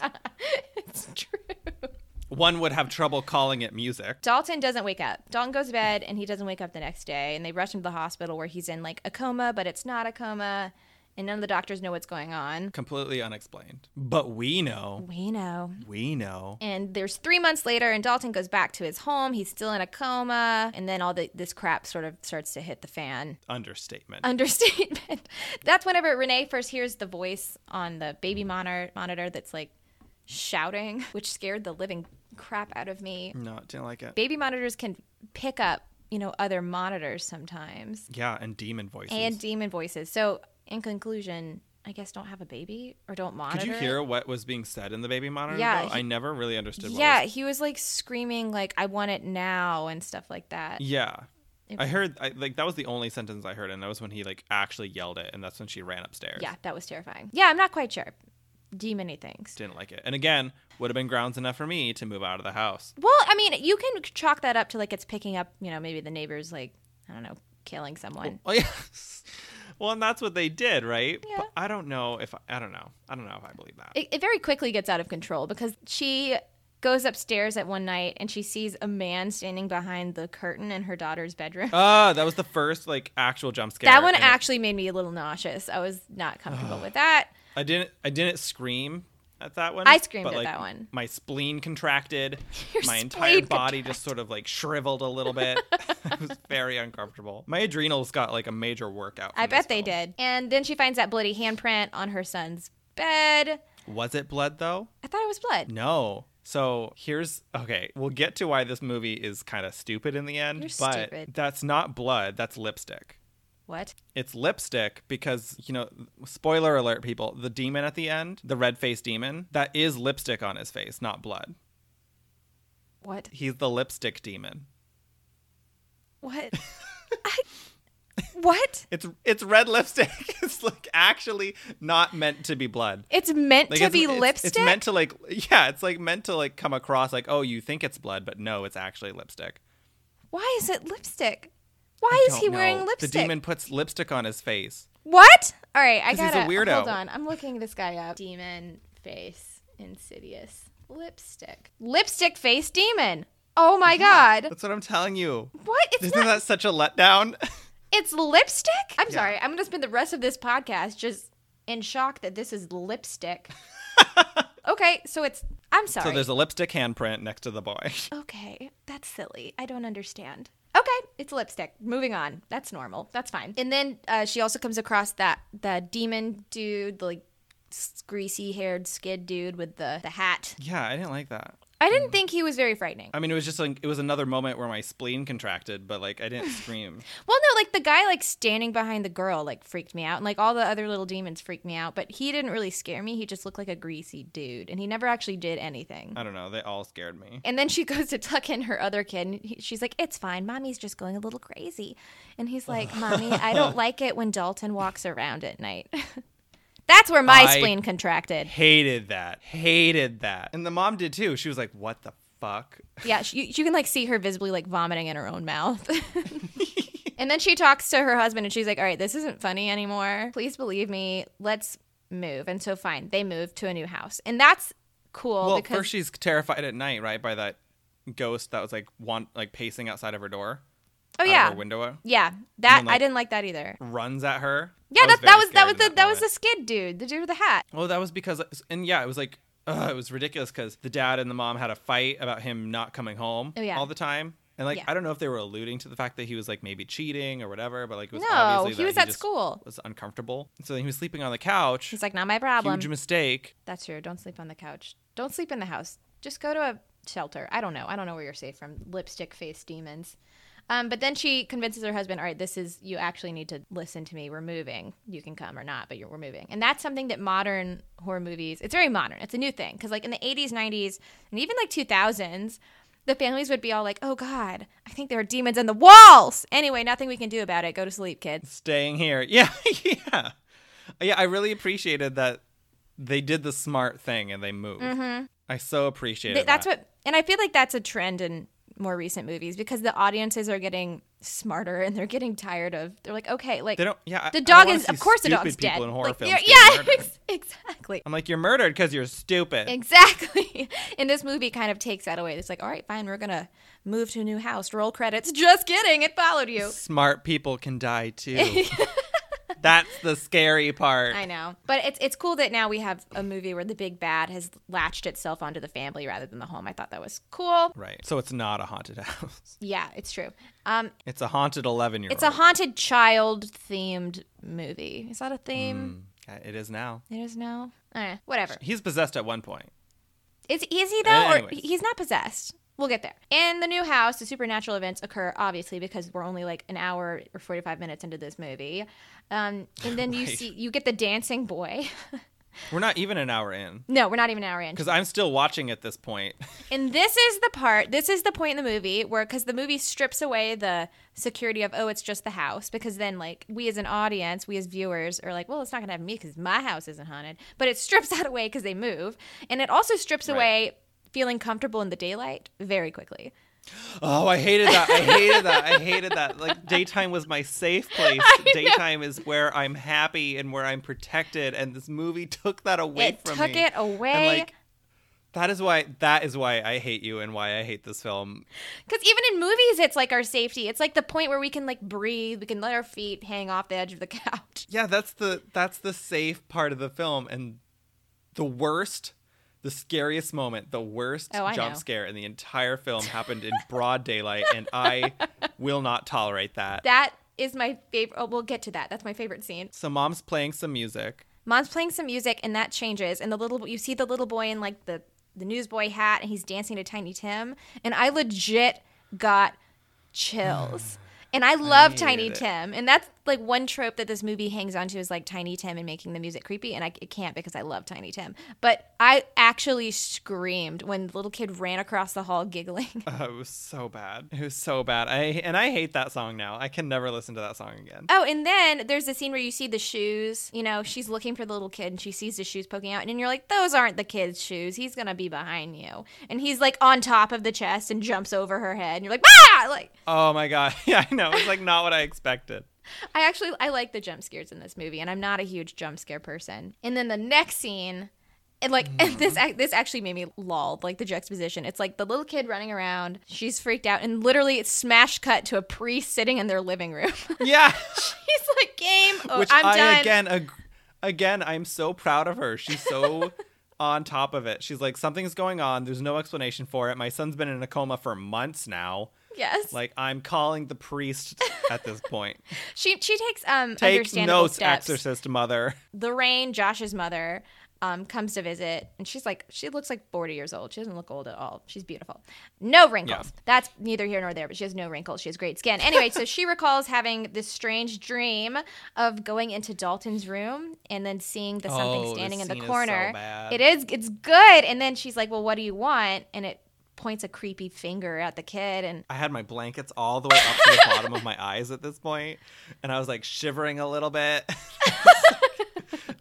Speaker 1: it's true.
Speaker 2: One would have trouble calling it music.
Speaker 1: Dalton doesn't wake up. Dalton goes to bed and he doesn't wake up the next day. And they rush him to the hospital where he's in like a coma, but it's not a coma. And none of the doctors know what's going on.
Speaker 2: Completely unexplained. But we know.
Speaker 1: We know.
Speaker 2: We know.
Speaker 1: And there's three months later, and Dalton goes back to his home. He's still in a coma. And then all the, this crap sort of starts to hit the fan. [LAUGHS]
Speaker 2: Understatement.
Speaker 1: Uh, Understatement. that's whenever Renee first hears the voice on the baby monitor, monitor that's like shouting, which scared the living crap out of me.
Speaker 2: no, didn't like it.
Speaker 1: baby monitors can pick up you know other monitors sometimes
Speaker 2: Yeah, and demon voices.
Speaker 1: and demon voices so in conclusion i guess don't have a baby or don't monitor
Speaker 2: Could you
Speaker 1: it.
Speaker 2: hear what was being said in the baby monitor?
Speaker 1: Yeah,
Speaker 2: though?
Speaker 1: he-
Speaker 2: I never really understood. What
Speaker 1: yeah
Speaker 2: was...
Speaker 1: he was like screaming like i want it now and stuff like that
Speaker 2: yeah.
Speaker 1: It-
Speaker 2: I heard I, like that was the only sentence I heard, and that was when he like actually yelled it, and that's when she ran upstairs.
Speaker 1: yeah that was terrifying yeah i'm not quite sure demony things
Speaker 2: didn't like it, and again would have been grounds enough for me to move out of the house. [LAUGHS]
Speaker 1: well i mean you can chalk that up to like it's picking up you know maybe the neighbors like i don't know killing someone
Speaker 2: Oh yes. Well, and that's what they did, right?
Speaker 1: Yeah.
Speaker 2: But I don't know if I, I don't know. I don't know if I believe that.
Speaker 1: it, it very quickly gets out of control because she goes upstairs at one night and she sees a man standing behind the curtain in her daughter's bedroom.
Speaker 2: Ah, that was the first like actual jump scare.
Speaker 1: [LAUGHS] that one
Speaker 2: and it-
Speaker 1: actually made me a little nauseous. I was not
Speaker 2: [SIGHS]
Speaker 1: comfortable with that.
Speaker 2: I didn't. I didn't scream at that one.
Speaker 1: I screamed
Speaker 2: but,
Speaker 1: at
Speaker 2: like,
Speaker 1: that one.
Speaker 2: My spleen contracted.
Speaker 1: [LAUGHS] Your
Speaker 2: my entire
Speaker 1: spleen
Speaker 2: body just sort of like shriveled a little bit. [LAUGHS] it was very uncomfortable. My adrenals got like a major workout. from
Speaker 1: I bet
Speaker 2: this
Speaker 1: they
Speaker 2: film.
Speaker 1: did. And then she finds that bloody handprint on her son's bed.
Speaker 2: Was it blood though?
Speaker 1: I thought it was blood.
Speaker 2: No. So here's okay. We'll get to why this movie is kind of stupid in the end,
Speaker 1: You're
Speaker 2: but
Speaker 1: stupid.
Speaker 2: that's not blood. That's lipstick.
Speaker 1: What?
Speaker 2: it's lipstick because you know spoiler alert people the demon at the end the red faced demon that is lipstick on his face not blood [LAUGHS]
Speaker 1: What?
Speaker 2: he's the lipstick demon
Speaker 1: What?
Speaker 2: [LAUGHS]
Speaker 1: I, what?
Speaker 2: it's it's red lipstick [LAUGHS] it's like actually not meant to be blood
Speaker 1: It's meant
Speaker 2: like
Speaker 1: to
Speaker 2: it's,
Speaker 1: be
Speaker 2: it's-
Speaker 1: lipstick.
Speaker 2: it's meant to like yeah it's like meant to like come across like oh you think it's blood but no it's actually lipstick
Speaker 1: Why is it lipstick? Why is
Speaker 2: Don't
Speaker 1: he wearing
Speaker 2: know.
Speaker 1: lipstick?
Speaker 2: the demon puts lipstick on his face
Speaker 1: What? All right, I
Speaker 2: 'Cause he's
Speaker 1: gotta
Speaker 2: a weirdo.
Speaker 1: hold on. I'm looking this guy up. Demon face, insidious lipstick, lipstick face demon. Oh my god!
Speaker 2: that's what i'm telling you
Speaker 1: What? It's
Speaker 2: isn't
Speaker 1: not.
Speaker 2: that such a letdown [LAUGHS]
Speaker 1: It's lipstick. I'm
Speaker 2: Yeah.
Speaker 1: sorry. I'm gonna spend the rest of this podcast just in shock that this
Speaker 2: [LAUGHS]
Speaker 1: is lipstick. okay, so it's. I'm
Speaker 2: so
Speaker 1: sorry.
Speaker 2: there's a lipstick handprint next to the boy [LAUGHS]
Speaker 1: Okay, that's silly. I don't understand. Okay, it's lipstick. Moving on. That's normal. That's fine. And then uh, she also comes across that the demon dude, the like greasy haired skid dude with the the hat.
Speaker 2: yeah i didn't like that
Speaker 1: I didn't think he was very frightening.
Speaker 2: I mean, it was just like it was another moment where my spleen contracted, but like I didn't scream.
Speaker 1: Well, no, like the guy like standing behind the girl like freaked me out, and like all the other little demons freaked me out. But he didn't really scare me. He just looked like a greasy dude, and he never actually did anything.
Speaker 2: I don't know. They all scared me.
Speaker 1: And then she [LAUGHS] goes to tuck in her other kid. And he, she's like, "It's fine, mommy's just going a little crazy." And he's like,
Speaker 2: [LAUGHS]
Speaker 1: "Mommy, I don't like it when Dalton walks around at night." [LAUGHS] That's where my
Speaker 2: I-
Speaker 1: spleen contracted.
Speaker 2: Hated that. Hated that. And the mom did too. She was like, "What the fuck?"
Speaker 1: Yeah, she, you can like see her visibly like vomiting in her own mouth. [LAUGHS] and then she talks to her husband, and she's like, "All right, this isn't funny anymore. Please believe me. Let's move." And so fine, they move to a new house, and that's cool
Speaker 2: Well,
Speaker 1: because
Speaker 2: first she's terrified at night, right, by that ghost that was like want like pacing outside of her door.
Speaker 1: Oh
Speaker 2: out of
Speaker 1: yeah.
Speaker 2: her window
Speaker 1: Yeah, that
Speaker 2: then, like-
Speaker 1: I didn't like that either.
Speaker 2: runs at her.
Speaker 1: Yeah, that that was that
Speaker 2: very scary
Speaker 1: was the
Speaker 2: in
Speaker 1: that was
Speaker 2: moment.
Speaker 1: the skid dude, the dude with the hat.
Speaker 2: Well, that was because, and yeah, it was like, ugh, it was ridiculous because the dad and the mom had a fight about him not coming home
Speaker 1: Oh, yeah.
Speaker 2: all the time. And like,
Speaker 1: Yeah.
Speaker 2: I don't know if they were alluding to the fact that he was like maybe cheating or whatever, but like, it was
Speaker 1: No,
Speaker 2: obviously
Speaker 1: he
Speaker 2: that
Speaker 1: was at
Speaker 2: just
Speaker 1: school.
Speaker 2: Was uncomfortable, so then he was sleeping on the couch.
Speaker 1: He's like, not my problem.
Speaker 2: Huge mistake.
Speaker 1: That's true. Don't sleep on the couch. Don't sleep in the house. Just go to a shelter. I don't know. I don't know where you're safe from lipstick face demons. Um, but then she convinces her husband, all right, this is, you actually need to listen to me. We're moving. You can come or not, but you're, we're moving. And that's something that modern horror movies, it's very modern. It's a new thing. Because, like, in the 80s, 90s, and even like 2000s, the families would be all like, oh, God, I think there are demons in the walls. Anyway, nothing we can do about it. Go to sleep, kids.
Speaker 2: Staying here. [LAUGHS] Yeah, yeah, yeah. I really appreciated that they did the smart thing and they moved. I so appreciated.
Speaker 1: Mm-hmm. Th- that's
Speaker 2: that.
Speaker 1: what and i feel like that's a trend in more recent movies because the audiences are getting smarter and they're getting tired of they're like okay like
Speaker 2: they don't. Yeah, I-
Speaker 1: the
Speaker 2: I
Speaker 1: dog
Speaker 2: don't wanna
Speaker 1: is
Speaker 2: see
Speaker 1: of course the
Speaker 2: stupid
Speaker 1: dog's
Speaker 2: people
Speaker 1: dead
Speaker 2: In horror
Speaker 1: like,
Speaker 2: films
Speaker 1: they're-
Speaker 2: getting
Speaker 1: yeah
Speaker 2: murdered.
Speaker 1: ex- [LAUGHS] exactly
Speaker 2: I'm like, you're murdered because you're stupid.
Speaker 1: exactly [LAUGHS] and this movie kind of takes that away it's like all right fine we're gonna move to a new house roll credits [LAUGHS] just kidding it followed you
Speaker 2: Smart people can die
Speaker 1: [LAUGHS]
Speaker 2: too. That's the scary part.
Speaker 1: I know, but it's it's cool that now we have a movie where the big bad has latched itself onto the family rather than the home. I thought that was cool.
Speaker 2: Right. So it's not a haunted [LAUGHS] house.
Speaker 1: Yeah, it's true. Um,
Speaker 2: It's a haunted 11 year old.
Speaker 1: It's a haunted child themed movie. Is that a theme?
Speaker 2: It is now.
Speaker 1: It is now. All right, whatever.
Speaker 2: He's possessed at one point.
Speaker 1: Is is he though, or
Speaker 2: Uh, Anyways.
Speaker 1: he's not possessed? We'll get there. In the new house, the supernatural events occur obviously because we're only like an hour or forty five minutes into this movie, um, and then you
Speaker 2: Right.
Speaker 1: see you get the dancing boy. [LAUGHS]
Speaker 2: We're not even an hour in
Speaker 1: no, we're not even an hour in.
Speaker 2: because I'm still watching at this point.
Speaker 1: And this is the part, this is the point in the movie where, because the movie strips away the security of, oh, it's just the house, because then, like, we as an audience, we as viewers are like, well, it's not going to have me because my house isn't haunted. But it strips [LAUGHS] that away because they move. And it also strips
Speaker 2: Right.
Speaker 1: away feeling comfortable in the daylight very quickly.
Speaker 2: Oh, I hated that. I hated that. I hated that. Like, daytime was my
Speaker 1: [LAUGHS]
Speaker 2: safe place. Daytime is where I'm happy and where I'm protected. And this movie took that away
Speaker 1: it
Speaker 2: from
Speaker 1: took
Speaker 2: me.
Speaker 1: it
Speaker 2: And,
Speaker 1: away.
Speaker 2: like, that is why that is why I hate you and why I hate this film
Speaker 1: Because even in movies, it's like our safety. It's like the point where we can, like, breathe, we can let our feet hang off the edge of the [LAUGHS] couch.
Speaker 2: yeah that's the that's the safe part of the film and the worst the scariest moment the worst
Speaker 1: Oh, I
Speaker 2: jump
Speaker 1: know.
Speaker 2: scare in the entire film happened
Speaker 1: [LAUGHS]
Speaker 2: in broad daylight and i will not tolerate that
Speaker 1: That is my favorite. Oh, we'll get to that. That's my favorite scene.
Speaker 2: so mom's playing some music
Speaker 1: Mom's playing some music, and that changes. And the little you see the little boy in like the the newsboy hat, and he's dancing to Tiny Tim. And I legit got
Speaker 2: [SIGHS]
Speaker 1: chills. And I love
Speaker 2: hated
Speaker 1: Tiny
Speaker 2: it.
Speaker 1: Tim, and that's like one trope that this movie hangs on to is like Tiny Tim and making the music creepy, and I it can't because I love Tiny Tim. But I actually screamed when the little kid ran across the hall giggling.
Speaker 2: oh, it was so bad it was so bad i and i hate that song now i can never listen to that song again
Speaker 1: Oh, and then there's a scene where you see the shoes. You know, she's looking for the little kid and she sees the shoes poking out. And then you're like, those aren't the kid's shoes. He's going to be behind you. And he's like on top of the chest and jumps over her head. And you're like, ah! Like,
Speaker 2: oh my god [LAUGHS] yeah i know it's like not what i expected
Speaker 1: I actually, I like the jump scares in this movie. And I'm not a huge jump scare person. And then the next scene. And like [LAUGHS] and this, ac- this actually made me lulled. Like the juxtaposition, it's like the little kid running around. She's freaked out, and literally, it's smash cut to a priest sitting in their living room. [LAUGHS]
Speaker 2: yeah
Speaker 1: He's like, "Game, oh,
Speaker 2: Which
Speaker 1: I'm
Speaker 2: I,
Speaker 1: done."
Speaker 2: again, ag- again, I'm so proud of her. She's so [LAUGHS] on top of it. She's like, something's going on. There's no explanation for it. My son's been in a coma for months now.
Speaker 1: yes,
Speaker 2: Like, I'm calling the priest at this point.
Speaker 1: [LAUGHS] She she takes um
Speaker 2: Take
Speaker 1: understandable
Speaker 2: notes,
Speaker 1: steps.
Speaker 2: exorcist mother.
Speaker 1: Lorraine, Josh's mother, um, comes to visit, and she's like, she looks like forty years old. She doesn't look old at all. She's beautiful, no wrinkles. That's neither here nor there, but she has no wrinkles. She has great skin. Anyway, so she [LAUGHS] recalls having this strange dream of going into Dalton's room and then seeing the something
Speaker 2: Oh, this
Speaker 1: standing in the
Speaker 2: scene is so
Speaker 1: corner.
Speaker 2: bad.
Speaker 1: It is. It's good. And then she's like, well, what do you want? And it points a creepy finger at the kid, and
Speaker 2: I had my blankets all the way up to the bottom of my eyes at this point, and I was like shivering a little bit. [LAUGHS]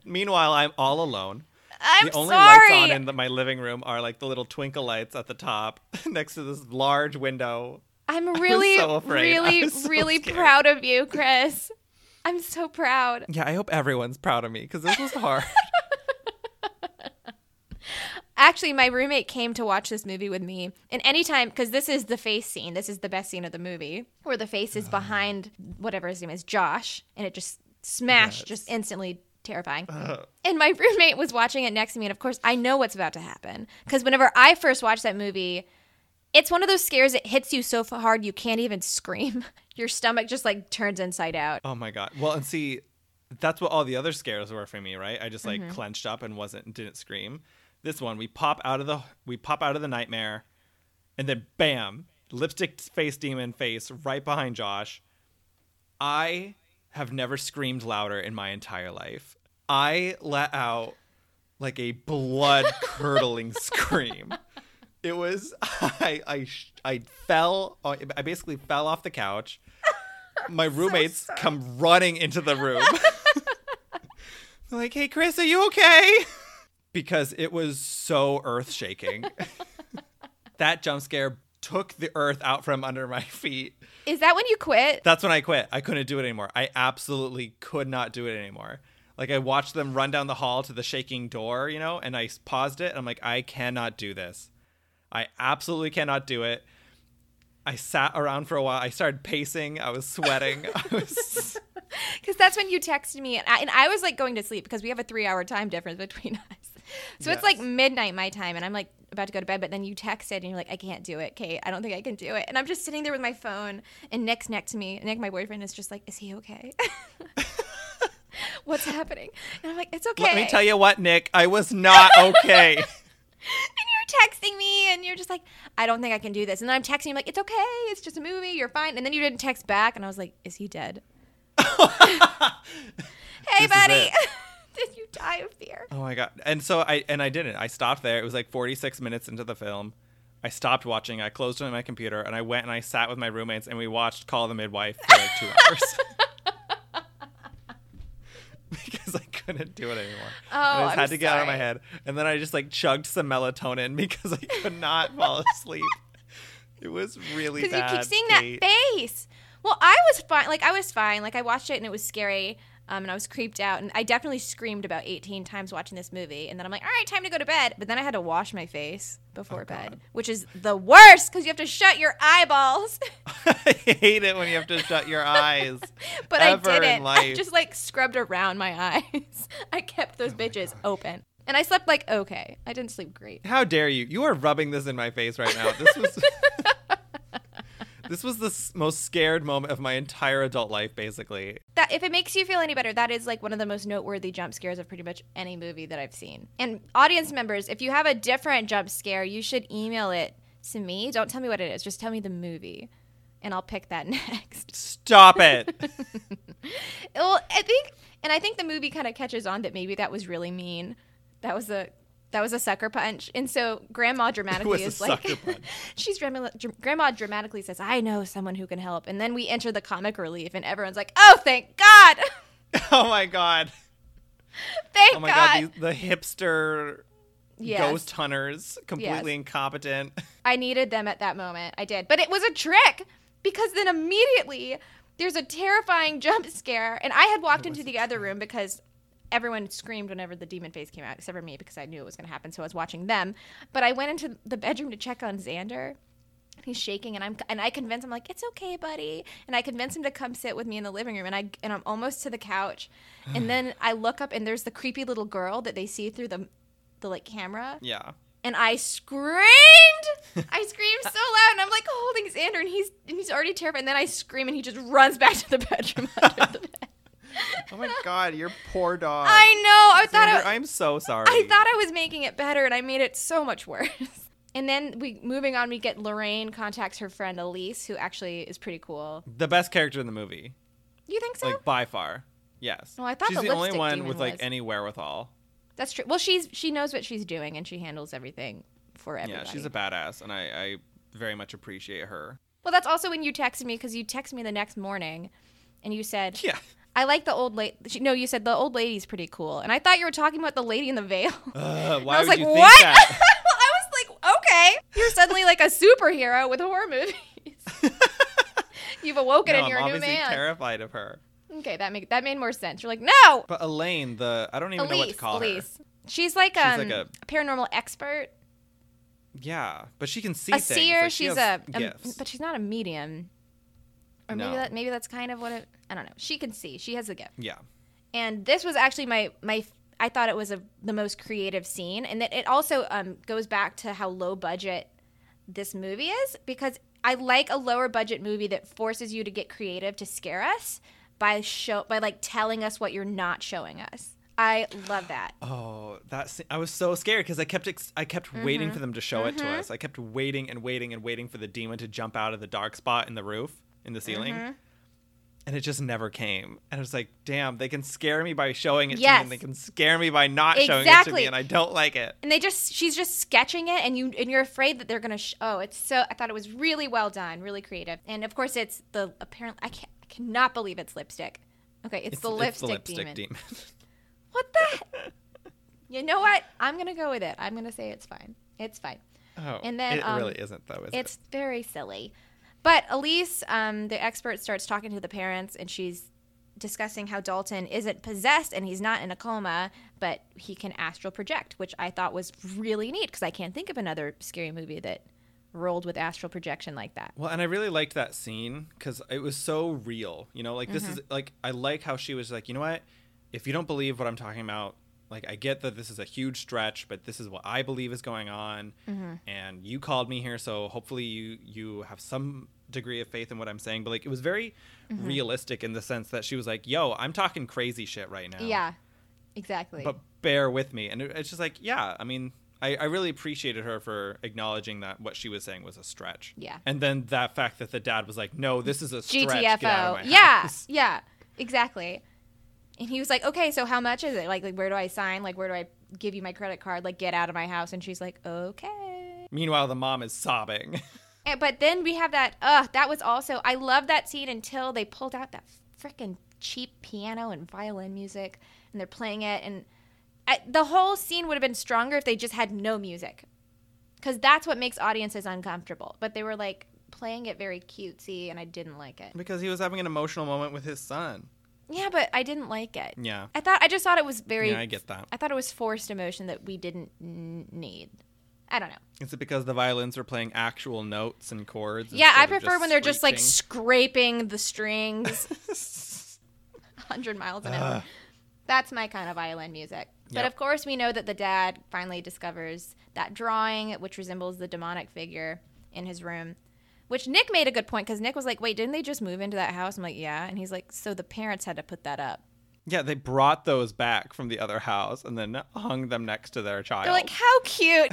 Speaker 2: Meanwhile, I'm all alone.
Speaker 1: I'm
Speaker 2: the only
Speaker 1: sorry.
Speaker 2: lights on in the, my living room are like the little twinkle lights at the top [LAUGHS] next to this large window.
Speaker 1: I'm really,
Speaker 2: so afraid. I
Speaker 1: really,
Speaker 2: was so
Speaker 1: really
Speaker 2: scared.
Speaker 1: proud of you, Chris. I'm so proud.
Speaker 2: Yeah, I hope everyone's proud of me because this was hard.
Speaker 1: Actually, my roommate came to watch this movie with me. And anytime, because this is the face scene, this is the best scene of the movie, where the face
Speaker 2: Uh.
Speaker 1: is behind whatever his name is, Josh, and it just smashed, just instantly terrifying.
Speaker 2: Uh.
Speaker 1: And my [LAUGHS] roommate was watching it next to me. And of course, I know what's about to happen. Because whenever I first watched that movie, it's one of those scares that hits you so f- hard you can't even scream. [LAUGHS] Your stomach just like turns inside out.
Speaker 2: Oh my god. Well, and see, that's what all the other scares were for me, right? I just like clenched up and wasn't didn't scream. This one, we pop out of the we pop out of the nightmare, and then bam, lipstick face demon face right behind Josh. I have never screamed louder in my entire life. I let out like a blood curdling scream. It was [LAUGHS] I I sh- I fell I basically fell off the couch. [LAUGHS] My roommates come running into the room. [LAUGHS] They're like, "Hey Chris, are you okay?" [LAUGHS] Because it was so earth-shaking. that jump scare took the earth out from under my [LAUGHS] feet.
Speaker 1: Is that when you quit?
Speaker 2: That's when I quit. I couldn't do it anymore. I absolutely could not do it anymore. Like I watched them run down the hall to the shaking door, you know, and I s- paused it. And I'm like, I cannot do this. I absolutely cannot do it. I sat around for a while. I started pacing. I was sweating. [LAUGHS] I was
Speaker 1: [LAUGHS] Because that's when you texted me, and I, and I was like going to sleep because we have a three hour time difference between [LAUGHS] us. So it's like
Speaker 2: Yes.
Speaker 1: midnight my time, and I'm like about to go to bed. But then you texted, and you're like, I can't do it, Kate. I don't think I can do it. And I'm just sitting there with my phone, and Nick's next to me. and Nick, my boyfriend, is just like, Is
Speaker 2: [LAUGHS]
Speaker 1: he okay? [LAUGHS] What's happening? And I'm like, It's okay.
Speaker 2: Let me tell you what, Nick. I was not okay.
Speaker 1: and you're texting me and you're just like, I don't think I can do this. And then I'm texting you, like, it's okay, it's just a movie, you're fine. And then you didn't text back, and I was like, is
Speaker 2: [LAUGHS]
Speaker 1: he dead? hey,
Speaker 2: This is
Speaker 1: buddy,
Speaker 2: it.
Speaker 1: [LAUGHS] did you die of fear?
Speaker 2: Oh my god! And so I and I didn't. I stopped there. It was like 46 minutes into the film. I stopped watching. I closed on my computer and I went and I sat with my roommates and we watched Call the Midwife for
Speaker 1: [LAUGHS]
Speaker 2: like two hours [LAUGHS] because I couldn't do it anymore.
Speaker 1: Oh,
Speaker 2: I just
Speaker 1: I'm
Speaker 2: had to get out of my
Speaker 1: sorry.
Speaker 2: head. And then I just like chugged some melatonin [LAUGHS] because I could not fall asleep. It was really
Speaker 1: Because you
Speaker 2: bad.
Speaker 1: keep seeing
Speaker 2: Kate.
Speaker 1: that face. Well, I was fine. Like I was fine. Like I watched it and it was scary. Um, and I was creeped out, and I definitely screamed about 18 times watching this movie. And then I'm like, all right, time to go to bed. But then I had to wash my face
Speaker 2: Oh,
Speaker 1: before bed, which is the worst because you have to shut your eyeballs.
Speaker 2: [LAUGHS]
Speaker 1: [LAUGHS]
Speaker 2: I hate it when you have to shut your eyes.
Speaker 1: but
Speaker 2: ever
Speaker 1: I
Speaker 2: in
Speaker 1: didn't. I
Speaker 2: life. Oh
Speaker 1: just like scrubbed around my [LAUGHS] eyes. I kept those bitches open, and I slept like okay. I didn't sleep great.
Speaker 2: How dare you? You are rubbing this in my face right now. This [LAUGHS] was This was the s- most scared moment of my entire adult life basically.
Speaker 1: That if it makes you feel any better, that is like one of the most noteworthy jump scares of pretty much any movie that I've seen. And audience members, if you have a different jump scare, you should email it to me. Don't tell me what it is. Just tell me the movie. And I'll pick that [LAUGHS] next.
Speaker 2: Stop it. [LAUGHS]
Speaker 1: Well, I think, and I think the movie kind of catches on that maybe that was really mean. That was a that was a sucker punch, and so
Speaker 2: [LAUGHS]
Speaker 1: Grandma dramatically
Speaker 2: was a
Speaker 1: is like,
Speaker 2: sucker punch.
Speaker 1: [LAUGHS] she's drama- dr- Grandma dramatically says, "I know someone who can help," and then we enter the comic relief, and everyone's like, "Oh, thank God, [LAUGHS]
Speaker 2: oh my god.
Speaker 1: thank
Speaker 2: Oh my
Speaker 1: God!"
Speaker 2: god, these, the hipster
Speaker 1: Yes.
Speaker 2: ghost hunters completely
Speaker 1: Yes.
Speaker 2: incompetent. [LAUGHS]
Speaker 1: I needed them at that moment. I did. But it was a trick because then immediately there's a terrifying [LAUGHS] jump scare. And I had walked into the other room because everyone screamed whenever the demon face came out, except for me because I knew it was going to happen. So I was watching them. But I went into the bedroom to check on Xander. He's shaking, and I'm and I convince him like it's okay, buddy. And I convince him to come sit with me in the living room, and I and I'm almost to the couch, and then I look up, and there's the creepy little girl that they see through the, the like camera,
Speaker 2: Yeah.
Speaker 1: and I screamed. I screamed so loud, and I'm like oh, holding Xander, and he's and he's already terrified. And then I scream, and he just runs back to the bedroom [LAUGHS] under the bed.
Speaker 2: Oh my god, your poor dog.
Speaker 1: I know. I thought
Speaker 2: Xander,
Speaker 1: I,
Speaker 2: I'm so sorry.
Speaker 1: I thought I was making it better, and I made it so much worse. [LAUGHS] And then we moving on, we get Lorraine contacts her friend Elise, who actually is pretty cool.
Speaker 2: the best character in the movie,
Speaker 1: You think so? [LAUGHS]
Speaker 2: like by far. Yes.
Speaker 1: Well, I thought
Speaker 2: she's
Speaker 1: the
Speaker 2: the, only
Speaker 1: lipstick
Speaker 2: one
Speaker 1: demon
Speaker 2: with like
Speaker 1: was.
Speaker 2: any wherewithal.
Speaker 1: That's true. Well, she's she knows what she's doing, and she handles everything for everybody.
Speaker 2: Yeah, she's a badass, and I, I very much appreciate her.
Speaker 1: well, that's also when you texted me because you texted me the next morning, and you said,
Speaker 2: Yeah.
Speaker 1: I like the old lady. No, you said the old lady's pretty cool, and I thought you were talking about the lady in the veil. [LAUGHS]
Speaker 2: Uh, why
Speaker 1: I was
Speaker 2: would
Speaker 1: like,
Speaker 2: you
Speaker 1: what?
Speaker 2: think
Speaker 1: [LAUGHS]
Speaker 2: that?
Speaker 1: I was like, okay, you're suddenly like a superhero with horror movies.
Speaker 2: [LAUGHS]
Speaker 1: You've awoken
Speaker 2: No,
Speaker 1: and you're
Speaker 2: I'm
Speaker 1: a new
Speaker 2: obviously
Speaker 1: man.
Speaker 2: terrified of her.
Speaker 1: okay, that make that made more sense. You're like, no,
Speaker 2: But Elaine, the I don't even know what
Speaker 1: Elise,
Speaker 2: to call
Speaker 1: Elise,
Speaker 2: her.
Speaker 1: She's like,
Speaker 2: She's
Speaker 1: um,
Speaker 2: like
Speaker 1: a,
Speaker 2: a-
Speaker 1: paranormal expert,
Speaker 2: Yeah, but she can see
Speaker 1: a
Speaker 2: things.
Speaker 1: seer.
Speaker 2: Like, she
Speaker 1: she's
Speaker 2: has
Speaker 1: a, a-
Speaker 2: gifts.
Speaker 1: but she's not a medium. Or maybe
Speaker 2: No.
Speaker 1: that maybe that's kind of what it. I don't know. She can see. She has a gift.
Speaker 2: yeah,
Speaker 1: and this was actually my my I thought it was a, the most creative scene, and that it also um, goes back to how low budget this movie is because I like a lower budget movie that forces you to get creative to scare us by show by like telling us what you're not showing us. I love that.
Speaker 2: Oh, that se- I was so scared because I kept ex- I kept waiting
Speaker 1: Mm-hmm.
Speaker 2: for them to show it to us. I kept waiting and waiting and waiting for the demon to jump out of the dark spot in the roof in the ceiling,
Speaker 1: Mm-hmm.
Speaker 2: and it just never came. And I was like, "Damn, they can scare me by showing it to me,
Speaker 1: Yes.
Speaker 2: and they can scare me by not showing it to
Speaker 1: Exactly.
Speaker 2: me, and I don't like it."
Speaker 1: And they just she's just sketching it, and you and you're afraid that they're gonna. Sh- oh, it's so. I thought it was really well done, really creative, and of course it's the apparently I can't I cannot believe it's lipstick. Okay, it's, the, lipstick demon.
Speaker 2: [LAUGHS]
Speaker 1: What the? you know what? I'm gonna go with it. I'm gonna say it's fine. It's fine.
Speaker 2: oh,
Speaker 1: And then,
Speaker 2: it
Speaker 1: um,
Speaker 2: really isn't though. Is
Speaker 1: It's very silly. But Elise, um, the expert, starts talking to the parents, and she's discussing how Dalton isn't possessed and he's not in a coma, but he can astral project, which I thought was really neat because I can't think of another scary movie that rolled with astral projection like that.
Speaker 2: Well, and I really liked that scene because it was so real. You know, like this
Speaker 1: Mm-hmm.
Speaker 2: is like I like how she was like, you know what? If you don't believe what I'm talking about, like I get that this is a huge stretch, but this is what I believe is going on,
Speaker 1: Mm-hmm.
Speaker 2: and you called me here, so hopefully you you have some degree of faith in what I'm saying. But like it was very
Speaker 1: Mm-hmm.
Speaker 2: realistic in the sense that she was like, yo, I'm talking crazy shit right now.
Speaker 1: Yeah, exactly.
Speaker 2: But bear with me, and it, it's just like, yeah, I mean. I, I really appreciated her for acknowledging that what she was saying was a stretch.
Speaker 1: Yeah.
Speaker 2: And then that fact that the dad was like, "No, this is a stretch. Get out
Speaker 1: GTFO.
Speaker 2: of my
Speaker 1: Yeah,
Speaker 2: house."
Speaker 1: [LAUGHS]
Speaker 2: [LAUGHS]
Speaker 1: yeah, exactly. And he was like, "Okay, so how much is it? Like, like, where do I sign? Like, where do I give you my credit card? Like, get out of my house." And she's like, "Okay."
Speaker 2: Meanwhile, the mom is sobbing. [LAUGHS]
Speaker 1: And, but then we have that. Ugh, that was also. I love that scene until they pulled out that freaking cheap piano and violin music, and they're playing it. And I, the whole scene would have been stronger if they just had no music, because that's what makes audiences uncomfortable. But they were like playing it very cutesy, and I didn't like it.
Speaker 2: because he was having an emotional moment with his son.
Speaker 1: Yeah, but I didn't like it.
Speaker 2: Yeah.
Speaker 1: I thought I just thought it was very.
Speaker 2: Yeah, I get that.
Speaker 1: I thought it was forced emotion that we didn't n- need. I don't know.
Speaker 2: Is it because the violins were playing actual notes and chords?
Speaker 1: yeah, I
Speaker 2: instead of
Speaker 1: prefer when they're just like
Speaker 2: screeching?
Speaker 1: scraping
Speaker 2: [LAUGHS]
Speaker 1: the strings, [LAUGHS] hundred miles an hour. That's my kind of violin music. But
Speaker 2: Yep.
Speaker 1: of course, we know that the dad finally discovers that drawing, which resembles the demonic figure in his room. Which Nick made a good point because Nick was like, "Wait, didn't they just move into that house?" I'm like, "Yeah," and he's like, "So the parents had to put that up."
Speaker 2: Yeah, they brought those back from the other house and then hung them next to their child.
Speaker 1: They're like, "How
Speaker 2: [LAUGHS]
Speaker 1: cute!"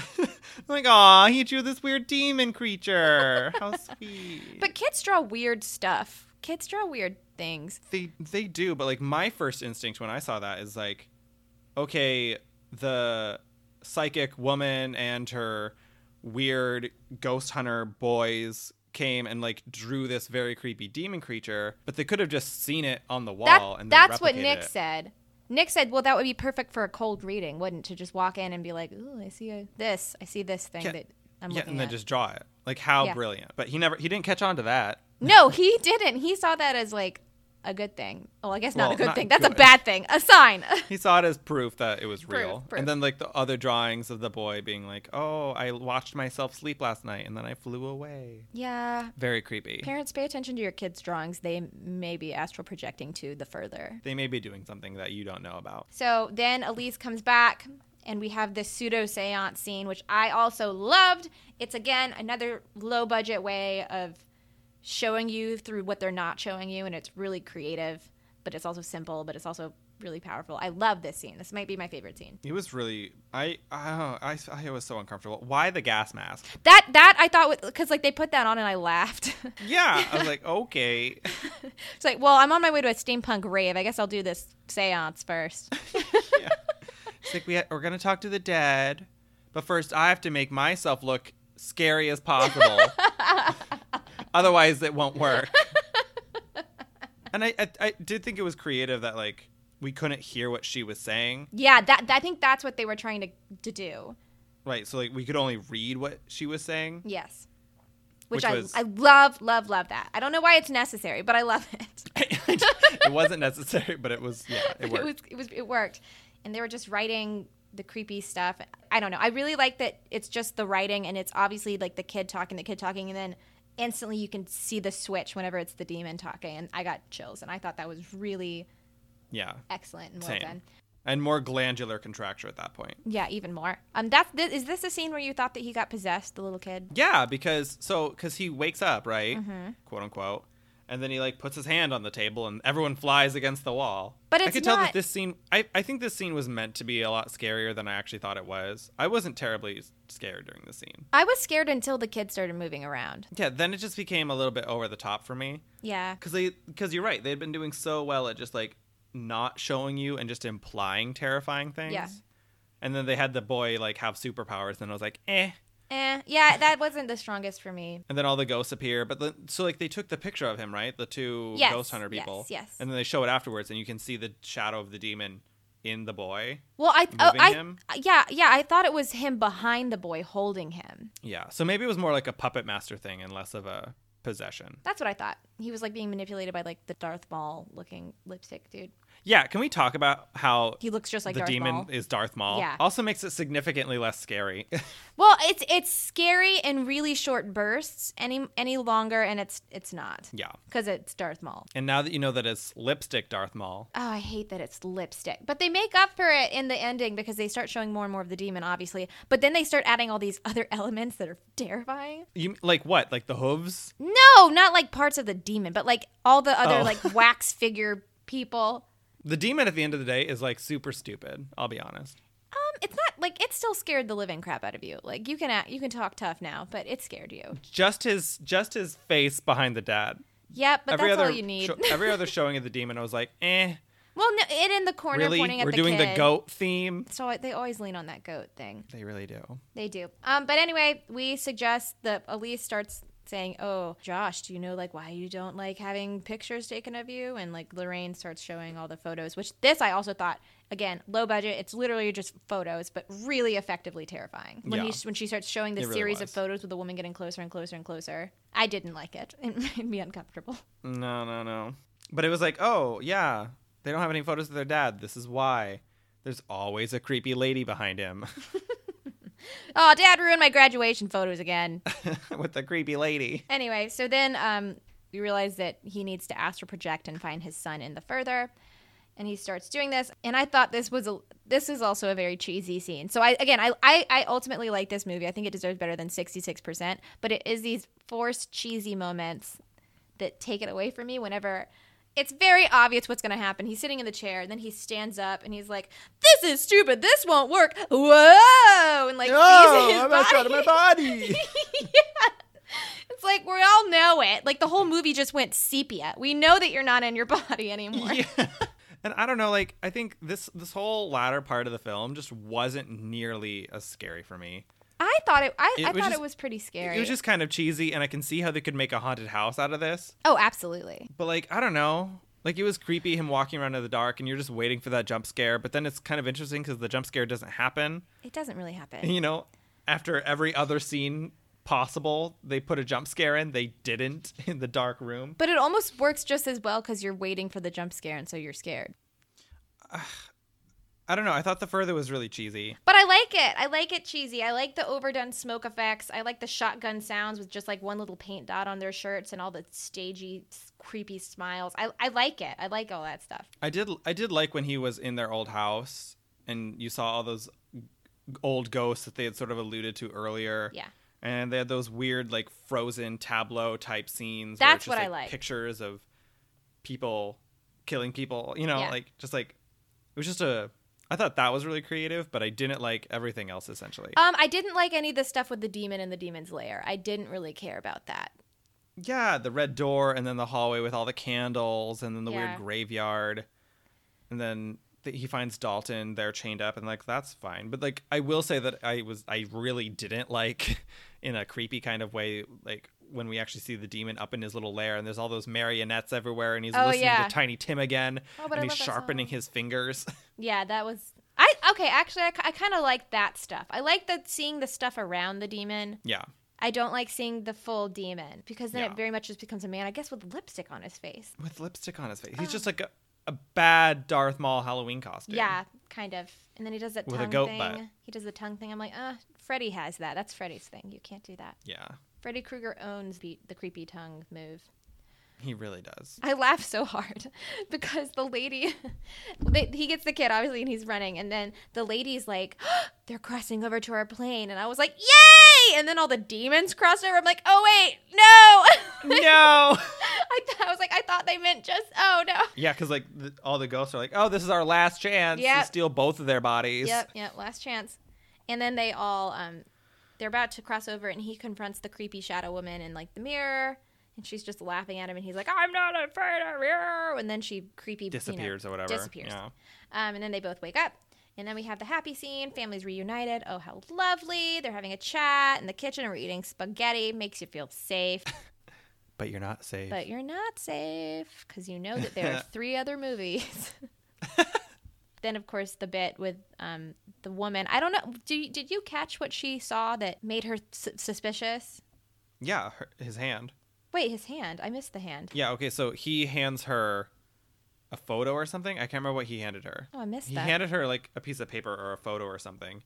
Speaker 2: like, aw, he drew this weird demon creature.
Speaker 1: [LAUGHS]
Speaker 2: How sweet.
Speaker 1: But kids draw weird stuff. Kids draw weird things.
Speaker 2: they they do but like my first instinct when i saw that is like okay the psychic woman and her weird ghost hunter boys came and like drew this very creepy demon creature but they could have just seen it on the
Speaker 1: That,
Speaker 2: wall and then
Speaker 1: that's what
Speaker 2: replicated
Speaker 1: Nick
Speaker 2: it.
Speaker 1: said. Nick said, "Well, that would be perfect for a cold reading, wouldn't? it? To just walk in and be like, ooh, I see a, this. I see this thing
Speaker 2: Yeah.
Speaker 1: that I'm
Speaker 2: yeah
Speaker 1: looking
Speaker 2: and then
Speaker 1: at."
Speaker 2: just draw it like how
Speaker 1: Yeah.
Speaker 2: brilliant but he never he didn't catch on to that
Speaker 1: no, he didn't. He saw that as like a good thing. Well, I guess not
Speaker 2: Well,
Speaker 1: a good
Speaker 2: not
Speaker 1: thing. That's a
Speaker 2: good.
Speaker 1: bad thing. A sign. [LAUGHS]
Speaker 2: he saw it as proof that it was
Speaker 1: Proof,
Speaker 2: real
Speaker 1: proof.
Speaker 2: and then like the other drawings of the boy being like oh i watched myself sleep last night and then i flew away
Speaker 1: yeah.
Speaker 2: very creepy
Speaker 1: Parents, pay attention to your kids' drawings. They may be astral projecting to the further.
Speaker 2: they may be doing something that you don't know about.
Speaker 1: So then Elise comes back, and we have this pseudo seance scene, which I also loved. It's again another low budget way of showing you through what they're not showing you, and it's really creative, but it's also simple, but it's also really powerful. I love this scene. This might be my favorite scene.
Speaker 2: It was really I I I, I was so uncomfortable. Why the gas [LAUGHS] mask?
Speaker 1: That that I thought because like they put that on and I laughed. [LAUGHS]
Speaker 2: Yeah, I was like, okay,
Speaker 1: it's like, well, I'm on my way to a steampunk rave. I guess I'll do this seance first.
Speaker 2: yeah. it's like we ha- we're gonna talk to the dead, but first I have to make myself look scary as [LAUGHS] possible. Otherwise, it won't work. And I, I I did think it was creative that like we couldn't hear what she was saying,
Speaker 1: yeah, that, that I think that's what they were trying to to do.
Speaker 2: right? So like we could only read what she was [LAUGHS] saying.
Speaker 1: Yes. Which,
Speaker 2: Which
Speaker 1: I,
Speaker 2: was-
Speaker 1: I love, love, love that. I don't know why it's necessary, but I love it. [LAUGHS]
Speaker 2: it wasn't necessary, but it was yeah, it
Speaker 1: it
Speaker 2: worked.
Speaker 1: was it was it worked. And they were just writing the creepy stuff. I don't know. I really like that it's just the writing and it's obviously like the kid talking, the kid talking, and then instantly you can see the switch whenever it's the demon talking. And I got chills and I thought that was really
Speaker 2: Yeah.
Speaker 1: excellent and well
Speaker 2: Same.
Speaker 1: done.
Speaker 2: And more glandular contracture at that point.
Speaker 1: Yeah, even more. Um, that's th- is this the scene where you thought that he got possessed, the little kid?
Speaker 2: Yeah, because so because he wakes up right,
Speaker 1: Mm-hmm.
Speaker 2: quote unquote, and then he like puts his hand on the table and everyone flies against the wall.
Speaker 1: But
Speaker 2: I
Speaker 1: it's
Speaker 2: could tell
Speaker 1: not-
Speaker 2: that this scene. I I think this scene was meant to be a lot scarier than I actually thought it was. I wasn't terribly scared during the scene.
Speaker 1: I was scared until the kid started moving around.
Speaker 2: Yeah, then it just became a little bit over the top for me
Speaker 1: Yeah.
Speaker 2: because they because you're right they had been doing so well at just like not showing you and just implying terrifying things.
Speaker 1: Yeah.
Speaker 2: And then they had the boy like have superpowers, and I was like, eh.
Speaker 1: Eh, yeah, that wasn't the strongest for me.
Speaker 2: and then all the ghosts appear. But the, so like they took the picture of him, right? The two
Speaker 1: Yes,
Speaker 2: ghost hunter people.
Speaker 1: yes, yes.
Speaker 2: And then they show it afterwards, and you can see the shadow of the demon in the boy.
Speaker 1: Well, I oh,
Speaker 2: Moving
Speaker 1: I
Speaker 2: him?
Speaker 1: yeah, yeah, I thought it was him behind the boy holding him.
Speaker 2: Yeah. So maybe it was more like a puppet master thing and less of a possession.
Speaker 1: That's what I thought. He was like being manipulated by like the Darth Maul looking lipstick dude.
Speaker 2: Yeah. Can we talk about how
Speaker 1: He looks just like
Speaker 2: the
Speaker 1: Darth
Speaker 2: demon
Speaker 1: Maul.
Speaker 2: is Darth Maul?
Speaker 1: Yeah.
Speaker 2: Also makes it significantly less scary. [LAUGHS]
Speaker 1: Well, it's it's scary in really short bursts. Any any longer, and it's it's not
Speaker 2: yeah.
Speaker 1: because it's Darth Maul.
Speaker 2: And now that you know that it's lipstick Darth Maul.
Speaker 1: Oh, I hate that it's lipstick. But they make up for it in the ending because they start showing more and more of the demon, obviously. But then they start adding all these other [LAUGHS] elements that are terrifying.
Speaker 2: You like what? Like the hooves?
Speaker 1: No, not like parts of the demon, but like all the other
Speaker 2: Oh.
Speaker 1: like wax figure people.
Speaker 2: The demon at the end of the day is like super stupid. I'll be honest.
Speaker 1: Um, it's not like it still scared the living crap out of you. Like you can act, you can talk tough now, but it scared you.
Speaker 2: Just his just his face behind the dad.
Speaker 1: Yep, but that's
Speaker 2: other
Speaker 1: all you need.
Speaker 2: sho- every other showing of the demon, I was like, eh,
Speaker 1: [LAUGHS] well, no, it in the corner
Speaker 2: really?
Speaker 1: pointing at
Speaker 2: We're
Speaker 1: the
Speaker 2: doing
Speaker 1: kid.
Speaker 2: the goat theme.
Speaker 1: So uh, they always lean on that goat thing.
Speaker 2: They really do.
Speaker 1: They do. Um, but anyway, we suggest that Elise starts saying, "Oh, Josh, do you know like why you don't like having pictures taken of you?" And like Lorraine starts showing all the photos, which this I also thought again low budget. It's literally just photos, but really effectively terrifying. When
Speaker 2: Yeah.
Speaker 1: he when she starts showing the
Speaker 2: It really
Speaker 1: series
Speaker 2: was.
Speaker 1: of photos with the woman getting closer and closer and closer, I didn't like it. [LAUGHS] It made me uncomfortable.
Speaker 2: No, no, no. But it was like, oh yeah, they don't have any photos of their dad. This is why. There's always a creepy lady behind him [LAUGHS]
Speaker 1: Oh, Dad ruined my graduation photos again.
Speaker 2: with the creepy lady.
Speaker 1: Anyway, so then um, we realize that he needs to astral project and find his son in the further, and he starts doing this. And I thought this was a this is also a very cheesy scene. So I again I I, I ultimately like this movie. I think it deserves better than sixty six percent. But it is these forced cheesy moments that take it away from me whenever. It's very obvious what's going to happen. He's sitting in the chair, and then he stands up, and he's like, "This is stupid. This won't work." Whoa! And like, seizes
Speaker 2: Oh,
Speaker 1: his body. [LAUGHS]
Speaker 2: body.
Speaker 1: It's like we all know it. Like the whole movie just went sepia. We know that you're not in your [LAUGHS] body anymore.
Speaker 2: yeah. And I don't know, like I think this this whole latter part of the film just wasn't nearly as scary for me.
Speaker 1: I thought it. I,
Speaker 2: It
Speaker 1: I
Speaker 2: was
Speaker 1: thought
Speaker 2: just-
Speaker 1: it was pretty scary.
Speaker 2: It was just kind of cheesy, and I can see how they could make a haunted house out of this.
Speaker 1: oh, absolutely.
Speaker 2: But like, I don't know. Like it was creepy him walking around in the dark, and you're just waiting for that jump scare. But then it's kind of interesting because the jump scare doesn't happen. [LAUGHS]
Speaker 1: It doesn't really happen.
Speaker 2: You know, after every other scene possible, they put a jump scare in. They didn't [LAUGHS] in the dark room.
Speaker 1: But it almost works just as well because you're waiting for the jump scare, and so you're scared.
Speaker 2: I don't know. I thought the further was really cheesy.
Speaker 1: But I like it. I like it cheesy. I like the overdone smoke effects. I like the shotgun sounds with just like one little paint dot on their shirts and all the stagey, s- creepy smiles. I, I like it. I like all that stuff.
Speaker 2: I did. I did like when he was in their old house, and you saw all those old ghosts that they had sort of alluded to earlier.
Speaker 1: Yeah.
Speaker 2: And they had those weird, like frozen tableau type scenes.
Speaker 1: That's
Speaker 2: it's
Speaker 1: what I like.
Speaker 2: Pictures of people killing people. You know,
Speaker 1: Yeah.
Speaker 2: like just like it was just a. I thought that was really creative, but I didn't like everything else essentially.
Speaker 1: Um, I didn't like any of the stuff with the demon and the demon's lair. I didn't really care about that.
Speaker 2: yeah, the red door, and then the hallway with all the candles, and then the
Speaker 1: Yeah.
Speaker 2: weird graveyard, and then th- he finds Dalton there chained up, and like that's fine. But like I will say that I was I really didn't like [LAUGHS] in a creepy kind of way like when we actually see the demon up in his little lair, and there's all those marionettes everywhere, and he's
Speaker 1: Oh,
Speaker 2: listening
Speaker 1: yeah.
Speaker 2: to Tiny Tim again,
Speaker 1: Oh, but
Speaker 2: and
Speaker 1: I
Speaker 2: he's
Speaker 1: love that
Speaker 2: sharpening
Speaker 1: song.
Speaker 2: his fingers. [LAUGHS]
Speaker 1: Yeah, that was I okay. Actually, I, kind of like that stuff. I like the seeing the stuff around the demon.
Speaker 2: yeah,
Speaker 1: I don't like seeing the full demon because then
Speaker 2: Yeah.
Speaker 1: it very much just becomes a man. I guess with lipstick on his face. Ah.
Speaker 2: with lipstick on his face, he's just like a, a bad Darth Maul Halloween costume.
Speaker 1: Yeah, kind of. And then he does that
Speaker 2: With a
Speaker 1: tongue
Speaker 2: goat
Speaker 1: thing.
Speaker 2: butt.
Speaker 1: He does the tongue thing. I'm like, uh, Freddy has that. That's Freddy's thing. You can't do that.
Speaker 2: Yeah,
Speaker 1: Freddy Krueger owns the, the creepy tongue move.
Speaker 2: he really does. [LAUGHS]
Speaker 1: I laugh so hard [LAUGHS] because the lady, [LAUGHS] they, he gets the kid obviously, and he's running, and then the lady's like, [GASPS] "They're crossing over to our plane," and I was like, "Yay!" And then all the demons crossed over. I'm like, "Oh wait, no!" [LAUGHS]
Speaker 2: no.
Speaker 1: I, th- I was like, I thought they meant just, oh no.
Speaker 2: Yeah, because like th all the ghosts are like, oh, this is our last chance
Speaker 1: Yep.
Speaker 2: to steal both of their bodies.
Speaker 1: Yep, yep, last chance. And then they all, um, they're about to cross over, and he confronts the creepy shadow woman in like the mirror, and she's just laughing at him, and he's like, "I'm not afraid of you." And then she creepy you know,
Speaker 2: Disappears or whatever.
Speaker 1: Disappears.
Speaker 2: Yeah.
Speaker 1: Um, and then they both wake up. And then we have the happy scene. Families reunited. Oh, how lovely. They're having a chat in the kitchen and we're eating spaghetti. Makes you feel safe.
Speaker 2: [LAUGHS] But you're not safe.
Speaker 1: But you're not safe because you know that
Speaker 2: [LAUGHS]
Speaker 1: there are three other movies. [LAUGHS] then, of course, the bit with um, the woman. I don't know. Do you, did you catch what she saw that made her s- suspicious?
Speaker 2: yeah, her, his hand.
Speaker 1: Wait, his hand. I missed the hand.
Speaker 2: Yeah, okay, so he hands her a photo or something. I can't remember what he handed her.
Speaker 1: Oh, I missed
Speaker 2: He
Speaker 1: that.
Speaker 2: handed her like a piece of paper or a photo or something.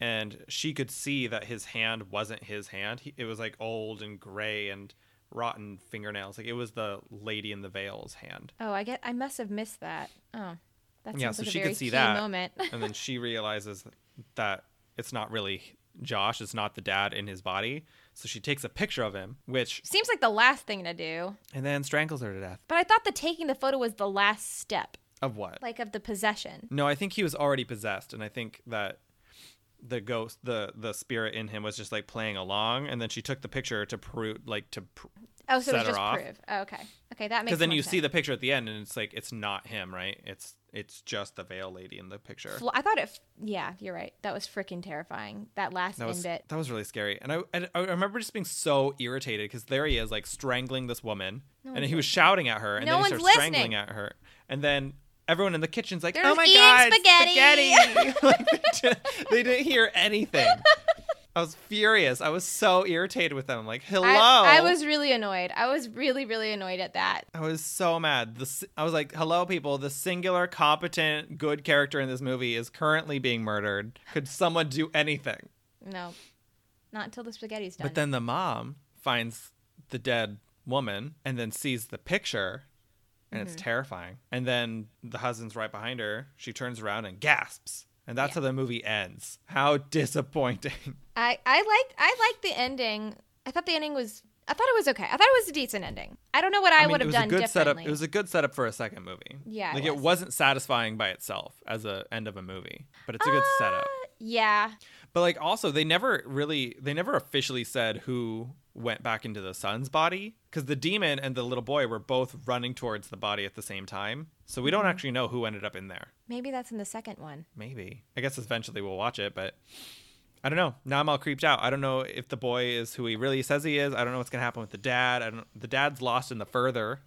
Speaker 2: And she could see that his hand wasn't his hand. He, it was like old and gray and rotten fingernails. Like it was the lady in the veil's hand.
Speaker 1: oh, I get. I must have missed that. Oh, that
Speaker 2: Yeah,
Speaker 1: sounds
Speaker 2: so
Speaker 1: like
Speaker 2: she
Speaker 1: a
Speaker 2: could
Speaker 1: very
Speaker 2: see
Speaker 1: key
Speaker 2: that.
Speaker 1: moment. [LAUGHS]
Speaker 2: And then she realizes that it's not really Josh, it's not the dad in his body. So she takes a picture of him, which
Speaker 1: Seems like the last thing to do.
Speaker 2: and then strangles her to death.
Speaker 1: But I thought the taking the photo was the last step,
Speaker 2: Of what?
Speaker 1: like of the possession.
Speaker 2: No, I think he was already possessed, and I think that the ghost, the the spirit in him, was just like playing along, and then she took the picture to prove, like to,
Speaker 1: Oh, so
Speaker 2: Set her
Speaker 1: it was just
Speaker 2: off.
Speaker 1: proof. Oh, okay. Okay, that makes
Speaker 2: because then
Speaker 1: more
Speaker 2: you see
Speaker 1: sense.
Speaker 2: the picture at the end, and it's like it's not him, right? It's it's just the veil lady in the picture.
Speaker 1: Fl- I thought it. F- yeah, you're right. That was freaking terrifying. That last
Speaker 2: That was
Speaker 1: end bit.
Speaker 2: that was really scary, and I and I remember just being so irritated because there he is like strangling this woman, and he was shouting at her, and
Speaker 1: No
Speaker 2: then he
Speaker 1: one's
Speaker 2: starts strangling
Speaker 1: listening.
Speaker 2: at her, and then everyone in the kitchen's like,
Speaker 1: They're
Speaker 2: "Oh
Speaker 1: just
Speaker 2: my
Speaker 1: eating
Speaker 2: god,
Speaker 1: spaghetti."
Speaker 2: spaghetti!" [LAUGHS]
Speaker 1: [LAUGHS]
Speaker 2: Like, they, didn't, they didn't hear anything. I was furious. I was so irritated with them. I'm like, "Hello!"
Speaker 1: I, I was really annoyed. I was really, really annoyed at that.
Speaker 2: I was so mad. The, si- I was like, "Hello, people! The singular competent good character in this movie is currently being murdered. Could someone do anything?"
Speaker 1: No, not until the spaghetti's done.
Speaker 2: But then the mom finds the dead woman and then sees the picture and it's
Speaker 1: Mm-hmm.
Speaker 2: terrifying. And then the husband's right behind her. She turns around and gasps. And that's how
Speaker 1: Yeah.
Speaker 2: the movie ends. How [LAUGHS] disappointing.
Speaker 1: I, I liked, I liked the ending. I thought the ending was. I thought it was okay. I thought it was a decent ending. I don't know what I,
Speaker 2: mean,
Speaker 1: would
Speaker 2: it
Speaker 1: have
Speaker 2: was
Speaker 1: done
Speaker 2: a good
Speaker 1: differently.
Speaker 2: setup. It was a good setup for a second movie.
Speaker 1: Yeah, it
Speaker 2: Like it,
Speaker 1: was.
Speaker 2: was. not satisfying by itself as a end of a movie. But it's a good setup.
Speaker 1: Uh, yeah,
Speaker 2: But like also they never really they never officially said who went back into the son's body cuz the demon and the little boy were both running towards the body at the same time. So we
Speaker 1: Mm-hmm.
Speaker 2: don't actually know who ended up in there.
Speaker 1: maybe that's in the second one.
Speaker 2: Maybe. I guess eventually we'll watch it, but I don't know. Now I'm all creeped out. I don't know if the boy is who he really says he is. I don't know what's going to happen with the dad. I don't the dad's lost in the further.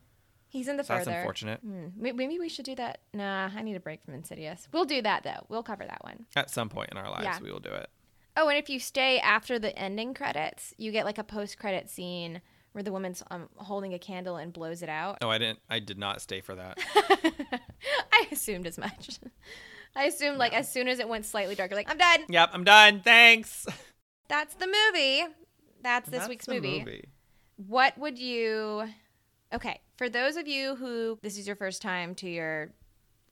Speaker 1: He's in the
Speaker 2: So
Speaker 1: further.
Speaker 2: that's unfortunate.
Speaker 1: Hmm. May- Maybe we should do that. Nah, I need a break from Insidious. We'll do that though. We'll cover that one.
Speaker 2: At some point in our lives
Speaker 1: Yeah.
Speaker 2: we will do it.
Speaker 1: Oh, and if you stay after the ending credits, you get like a post-credit scene where the woman's um, holding a candle and blows it out. [LAUGHS]
Speaker 2: No, Oh, I didn't I did not stay for that.
Speaker 1: I assumed as much. I assumed like as soon as it went slightly darker, like I'm done.
Speaker 2: yep, I'm done. Thanks.
Speaker 1: That's the movie. That's this
Speaker 2: That's
Speaker 1: week's
Speaker 2: the
Speaker 1: movie. What would you? Okay, for those of you who this is your first time to your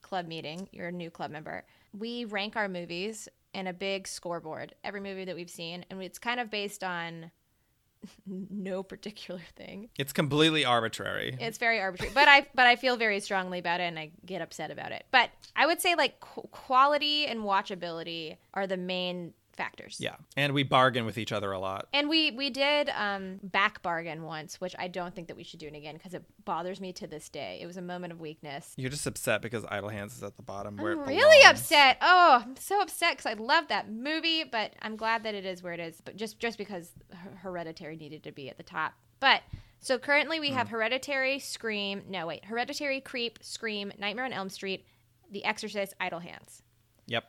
Speaker 1: club meeting, you're a new club member. We rank our movies in a big scoreboard, every movie that we've seen, and it's kind of based on [LAUGHS] no particular thing.
Speaker 2: It's completely arbitrary.
Speaker 1: It's very arbitrary, but I but I feel very strongly about it, and I get upset about it. But I would say like qu- quality and watchability are the main factors.
Speaker 2: Yeah, and we bargain with each other a lot.
Speaker 1: And we we did um, back bargain once, which I don't think that we should do it again because it bothers me to this day. It was a moment of weakness.
Speaker 2: You're just upset because Idle Hands is at the bottom where
Speaker 1: I'm
Speaker 2: it
Speaker 1: really
Speaker 2: belongs.
Speaker 1: upset. Oh, I'm so upset because I love that movie, but I'm glad that it is where it is. But just just because Her- Hereditary needed to be at the top. But so currently we
Speaker 2: Mm.
Speaker 1: have Hereditary, Scream. No wait, Hereditary, Creep, Scream, Nightmare on Elm Street, The Exorcist, Idle Hands.
Speaker 2: Yep.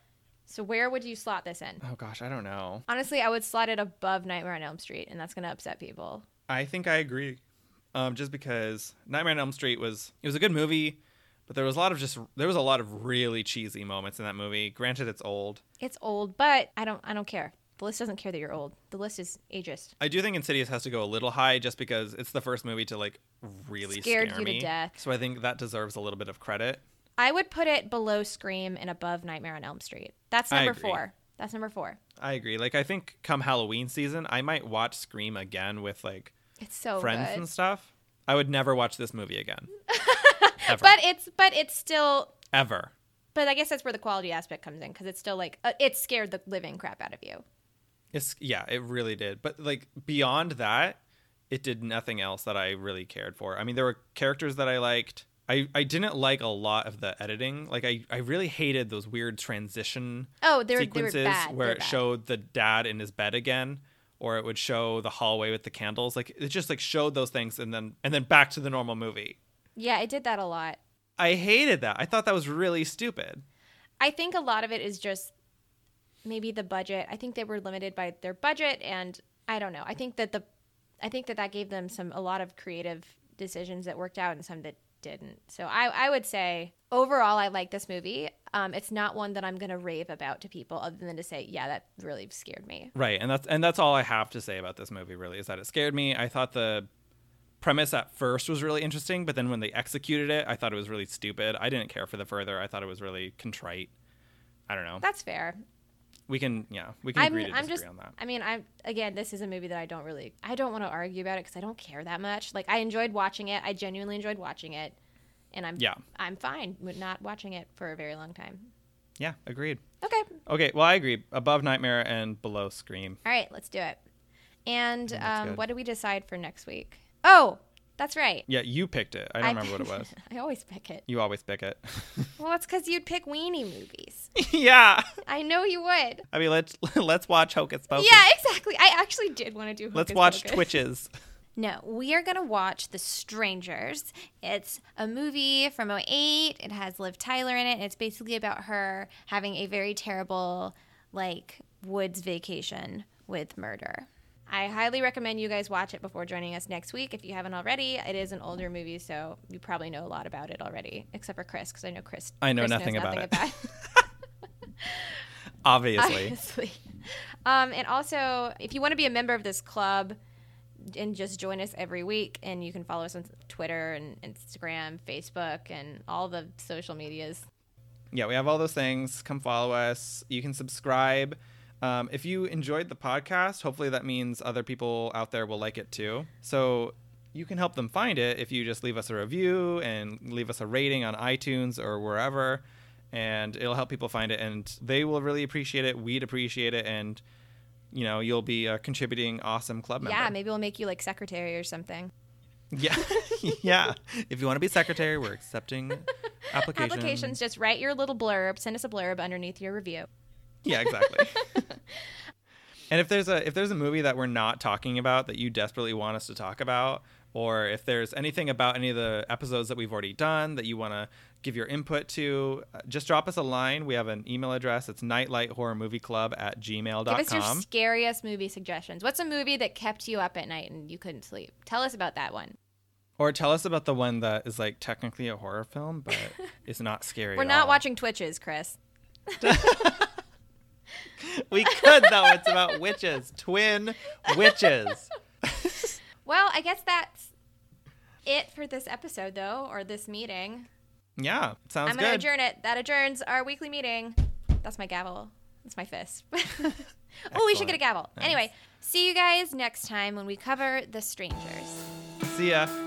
Speaker 1: So where would you slot this in?
Speaker 2: Oh gosh, I don't know.
Speaker 1: Honestly, I would slot it above Nightmare on Elm Street, and that's gonna upset people.
Speaker 2: I think I agree. Um, just because Nightmare on Elm Street was it was a good movie, But there was a lot of just there was a lot of really cheesy moments in that movie. Granted, it's old.
Speaker 1: It's old, but I don't I don't care. The list doesn't care that you're old. The list is ageist.
Speaker 2: I do think Insidious has to go a little high just because it's the first movie to like really
Speaker 1: Scared
Speaker 2: scare
Speaker 1: you to
Speaker 2: me.
Speaker 1: death.
Speaker 2: So I think that deserves a little bit of credit.
Speaker 1: I would put it below Scream and above Nightmare on Elm Street. That's
Speaker 2: I
Speaker 1: number
Speaker 2: agree.
Speaker 1: four. That's number four.
Speaker 2: I agree. Like I think come Halloween season, I might watch Scream again with like
Speaker 1: It's so
Speaker 2: friends
Speaker 1: Oh, good.
Speaker 2: and stuff. I would never watch this movie
Speaker 1: [LAUGHS]
Speaker 2: again. ever.
Speaker 1: But it's but it's still.
Speaker 2: ever.
Speaker 1: But I guess that's where the quality aspect comes in because it's still like uh, it scared the living crap out of you.
Speaker 2: It's yeah, it really did. But like beyond that, it did nothing else that I really cared for. I mean, there were characters that I liked. I, I didn't like a lot of the editing. Like I, I really hated those weird transition
Speaker 1: Oh, they were- they were
Speaker 2: sequences
Speaker 1: bad. They
Speaker 2: where
Speaker 1: were
Speaker 2: it
Speaker 1: bad.
Speaker 2: showed the dad in his bed again or it would show the hallway with the candles. Like it just like showed those things and then and then back to the normal movie.
Speaker 1: Yeah, it did that a lot.
Speaker 2: I hated that. I thought that was really stupid.
Speaker 1: I think a lot of it is just maybe the budget. I think they were limited by their budget, and I don't know. I think that the, I think that that gave them some a lot of creative decisions that worked out and some that didn't. So I I would say overall I like this movie. Um, it's not one that I'm gonna rave about to people other than to say yeah that really scared me.
Speaker 2: Right, and that's and that's all I have to say about this movie. Really, is that it scared me. I thought the premise at first was really interesting, but then when they executed it, I thought it was really stupid. I didn't care for the further. I thought it was really contrite. I don't know.
Speaker 1: That's fair.
Speaker 2: We can yeah, we can
Speaker 1: I'm
Speaker 2: agree to
Speaker 1: I'm
Speaker 2: disagree
Speaker 1: just
Speaker 2: on that.
Speaker 1: I mean I'm again this is a movie that I don't really I don't want to argue about it because I don't care that much. Like I enjoyed watching it. I genuinely enjoyed watching it, and I'm
Speaker 2: Yeah.
Speaker 1: I'm fine with not watching it for a very long time.
Speaker 2: Yeah, agreed.
Speaker 1: Okay,
Speaker 2: Okay, well I agree. Above Nightmare and below Scream.
Speaker 1: all right, let's do it. And
Speaker 2: Mm, that's
Speaker 1: um,
Speaker 2: good.
Speaker 1: what do we decide for next week? Oh, that's right.
Speaker 2: Yeah, you picked it. I don't remember what
Speaker 1: [LAUGHS]
Speaker 2: it was.
Speaker 1: I always pick it.
Speaker 2: You always pick it. [LAUGHS]
Speaker 1: Well, it's because you'd pick weenie movies.
Speaker 2: yeah.
Speaker 1: I know you would.
Speaker 2: I mean, let's [LAUGHS] let's watch Hocus Pocus.
Speaker 1: Yeah, exactly. I actually did want to do.
Speaker 2: Let's
Speaker 1: Hocus
Speaker 2: watch
Speaker 1: Pocus. [LAUGHS]
Speaker 2: Twitches.
Speaker 1: No, we are going to watch The Strangers. It's a movie from 08. It has Liv Tyler in it. And it's basically about her having a very terrible, like, woods vacation with murder. I highly recommend you guys watch it before joining us next week if you haven't already. It is an older movie, so you probably know a lot about it already, except for Chris, because I know Chris.
Speaker 2: I know
Speaker 1: Chris
Speaker 2: nothing about it.
Speaker 1: it. [LAUGHS]
Speaker 2: Obviously.
Speaker 1: Obviously. Um, and also, if you want to be a member of this club and just join us every week, and you can follow us on Twitter and Instagram, Facebook, and all the social medias.
Speaker 2: yeah, we have all those things. Come follow us. You can subscribe. Um, if you enjoyed the podcast, hopefully that means other people out there will like it too. So you can help them find it if you just leave us a review and leave us a rating on iTunes or wherever. And it'll help people find it. And they will really appreciate it. We'd appreciate it. And, you know, you'll be a contributing awesome club member.
Speaker 1: Yeah, maybe we'll make you like secretary or something.
Speaker 2: [LAUGHS] Yeah. [LAUGHS] yeah. If you want to be secretary, we're accepting applications.
Speaker 1: Applications, just write your little blurb, send us a blurb underneath your review.
Speaker 2: Yeah, exactly. [LAUGHS] and if there's a if there's a movie that we're not talking about that you desperately want us to talk about, or if there's anything about any of the episodes that we've already done that you want to give your input to, uh, just drop us a line. We have an email address. It's nightlighthorrormovieclub at
Speaker 1: Give us your
Speaker 2: gmail.com.
Speaker 1: scariest movie suggestions. What's a movie that kept you up at night and you couldn't sleep? Tell us about that one.
Speaker 2: Or tell us about the one that is like technically a horror film,
Speaker 1: [LAUGHS]
Speaker 2: but is not scary.
Speaker 1: We're
Speaker 2: at
Speaker 1: not
Speaker 2: all.
Speaker 1: watching Twitches, Chris.
Speaker 2: [LAUGHS] We could, though. It's about witches, twin
Speaker 1: [LAUGHS]
Speaker 2: witches.
Speaker 1: Well, I guess that's it for this episode, though, or this meeting.
Speaker 2: Yeah, sounds
Speaker 1: I'm
Speaker 2: good.
Speaker 1: going to adjourn it. That adjourns our weekly meeting. That's my gavel. That's my fist. [LAUGHS] oh, we should
Speaker 2: Excellent.
Speaker 1: get a gavel.
Speaker 2: Nice.
Speaker 1: Anyway, see you guys next time when we cover The Strangers.
Speaker 2: See ya.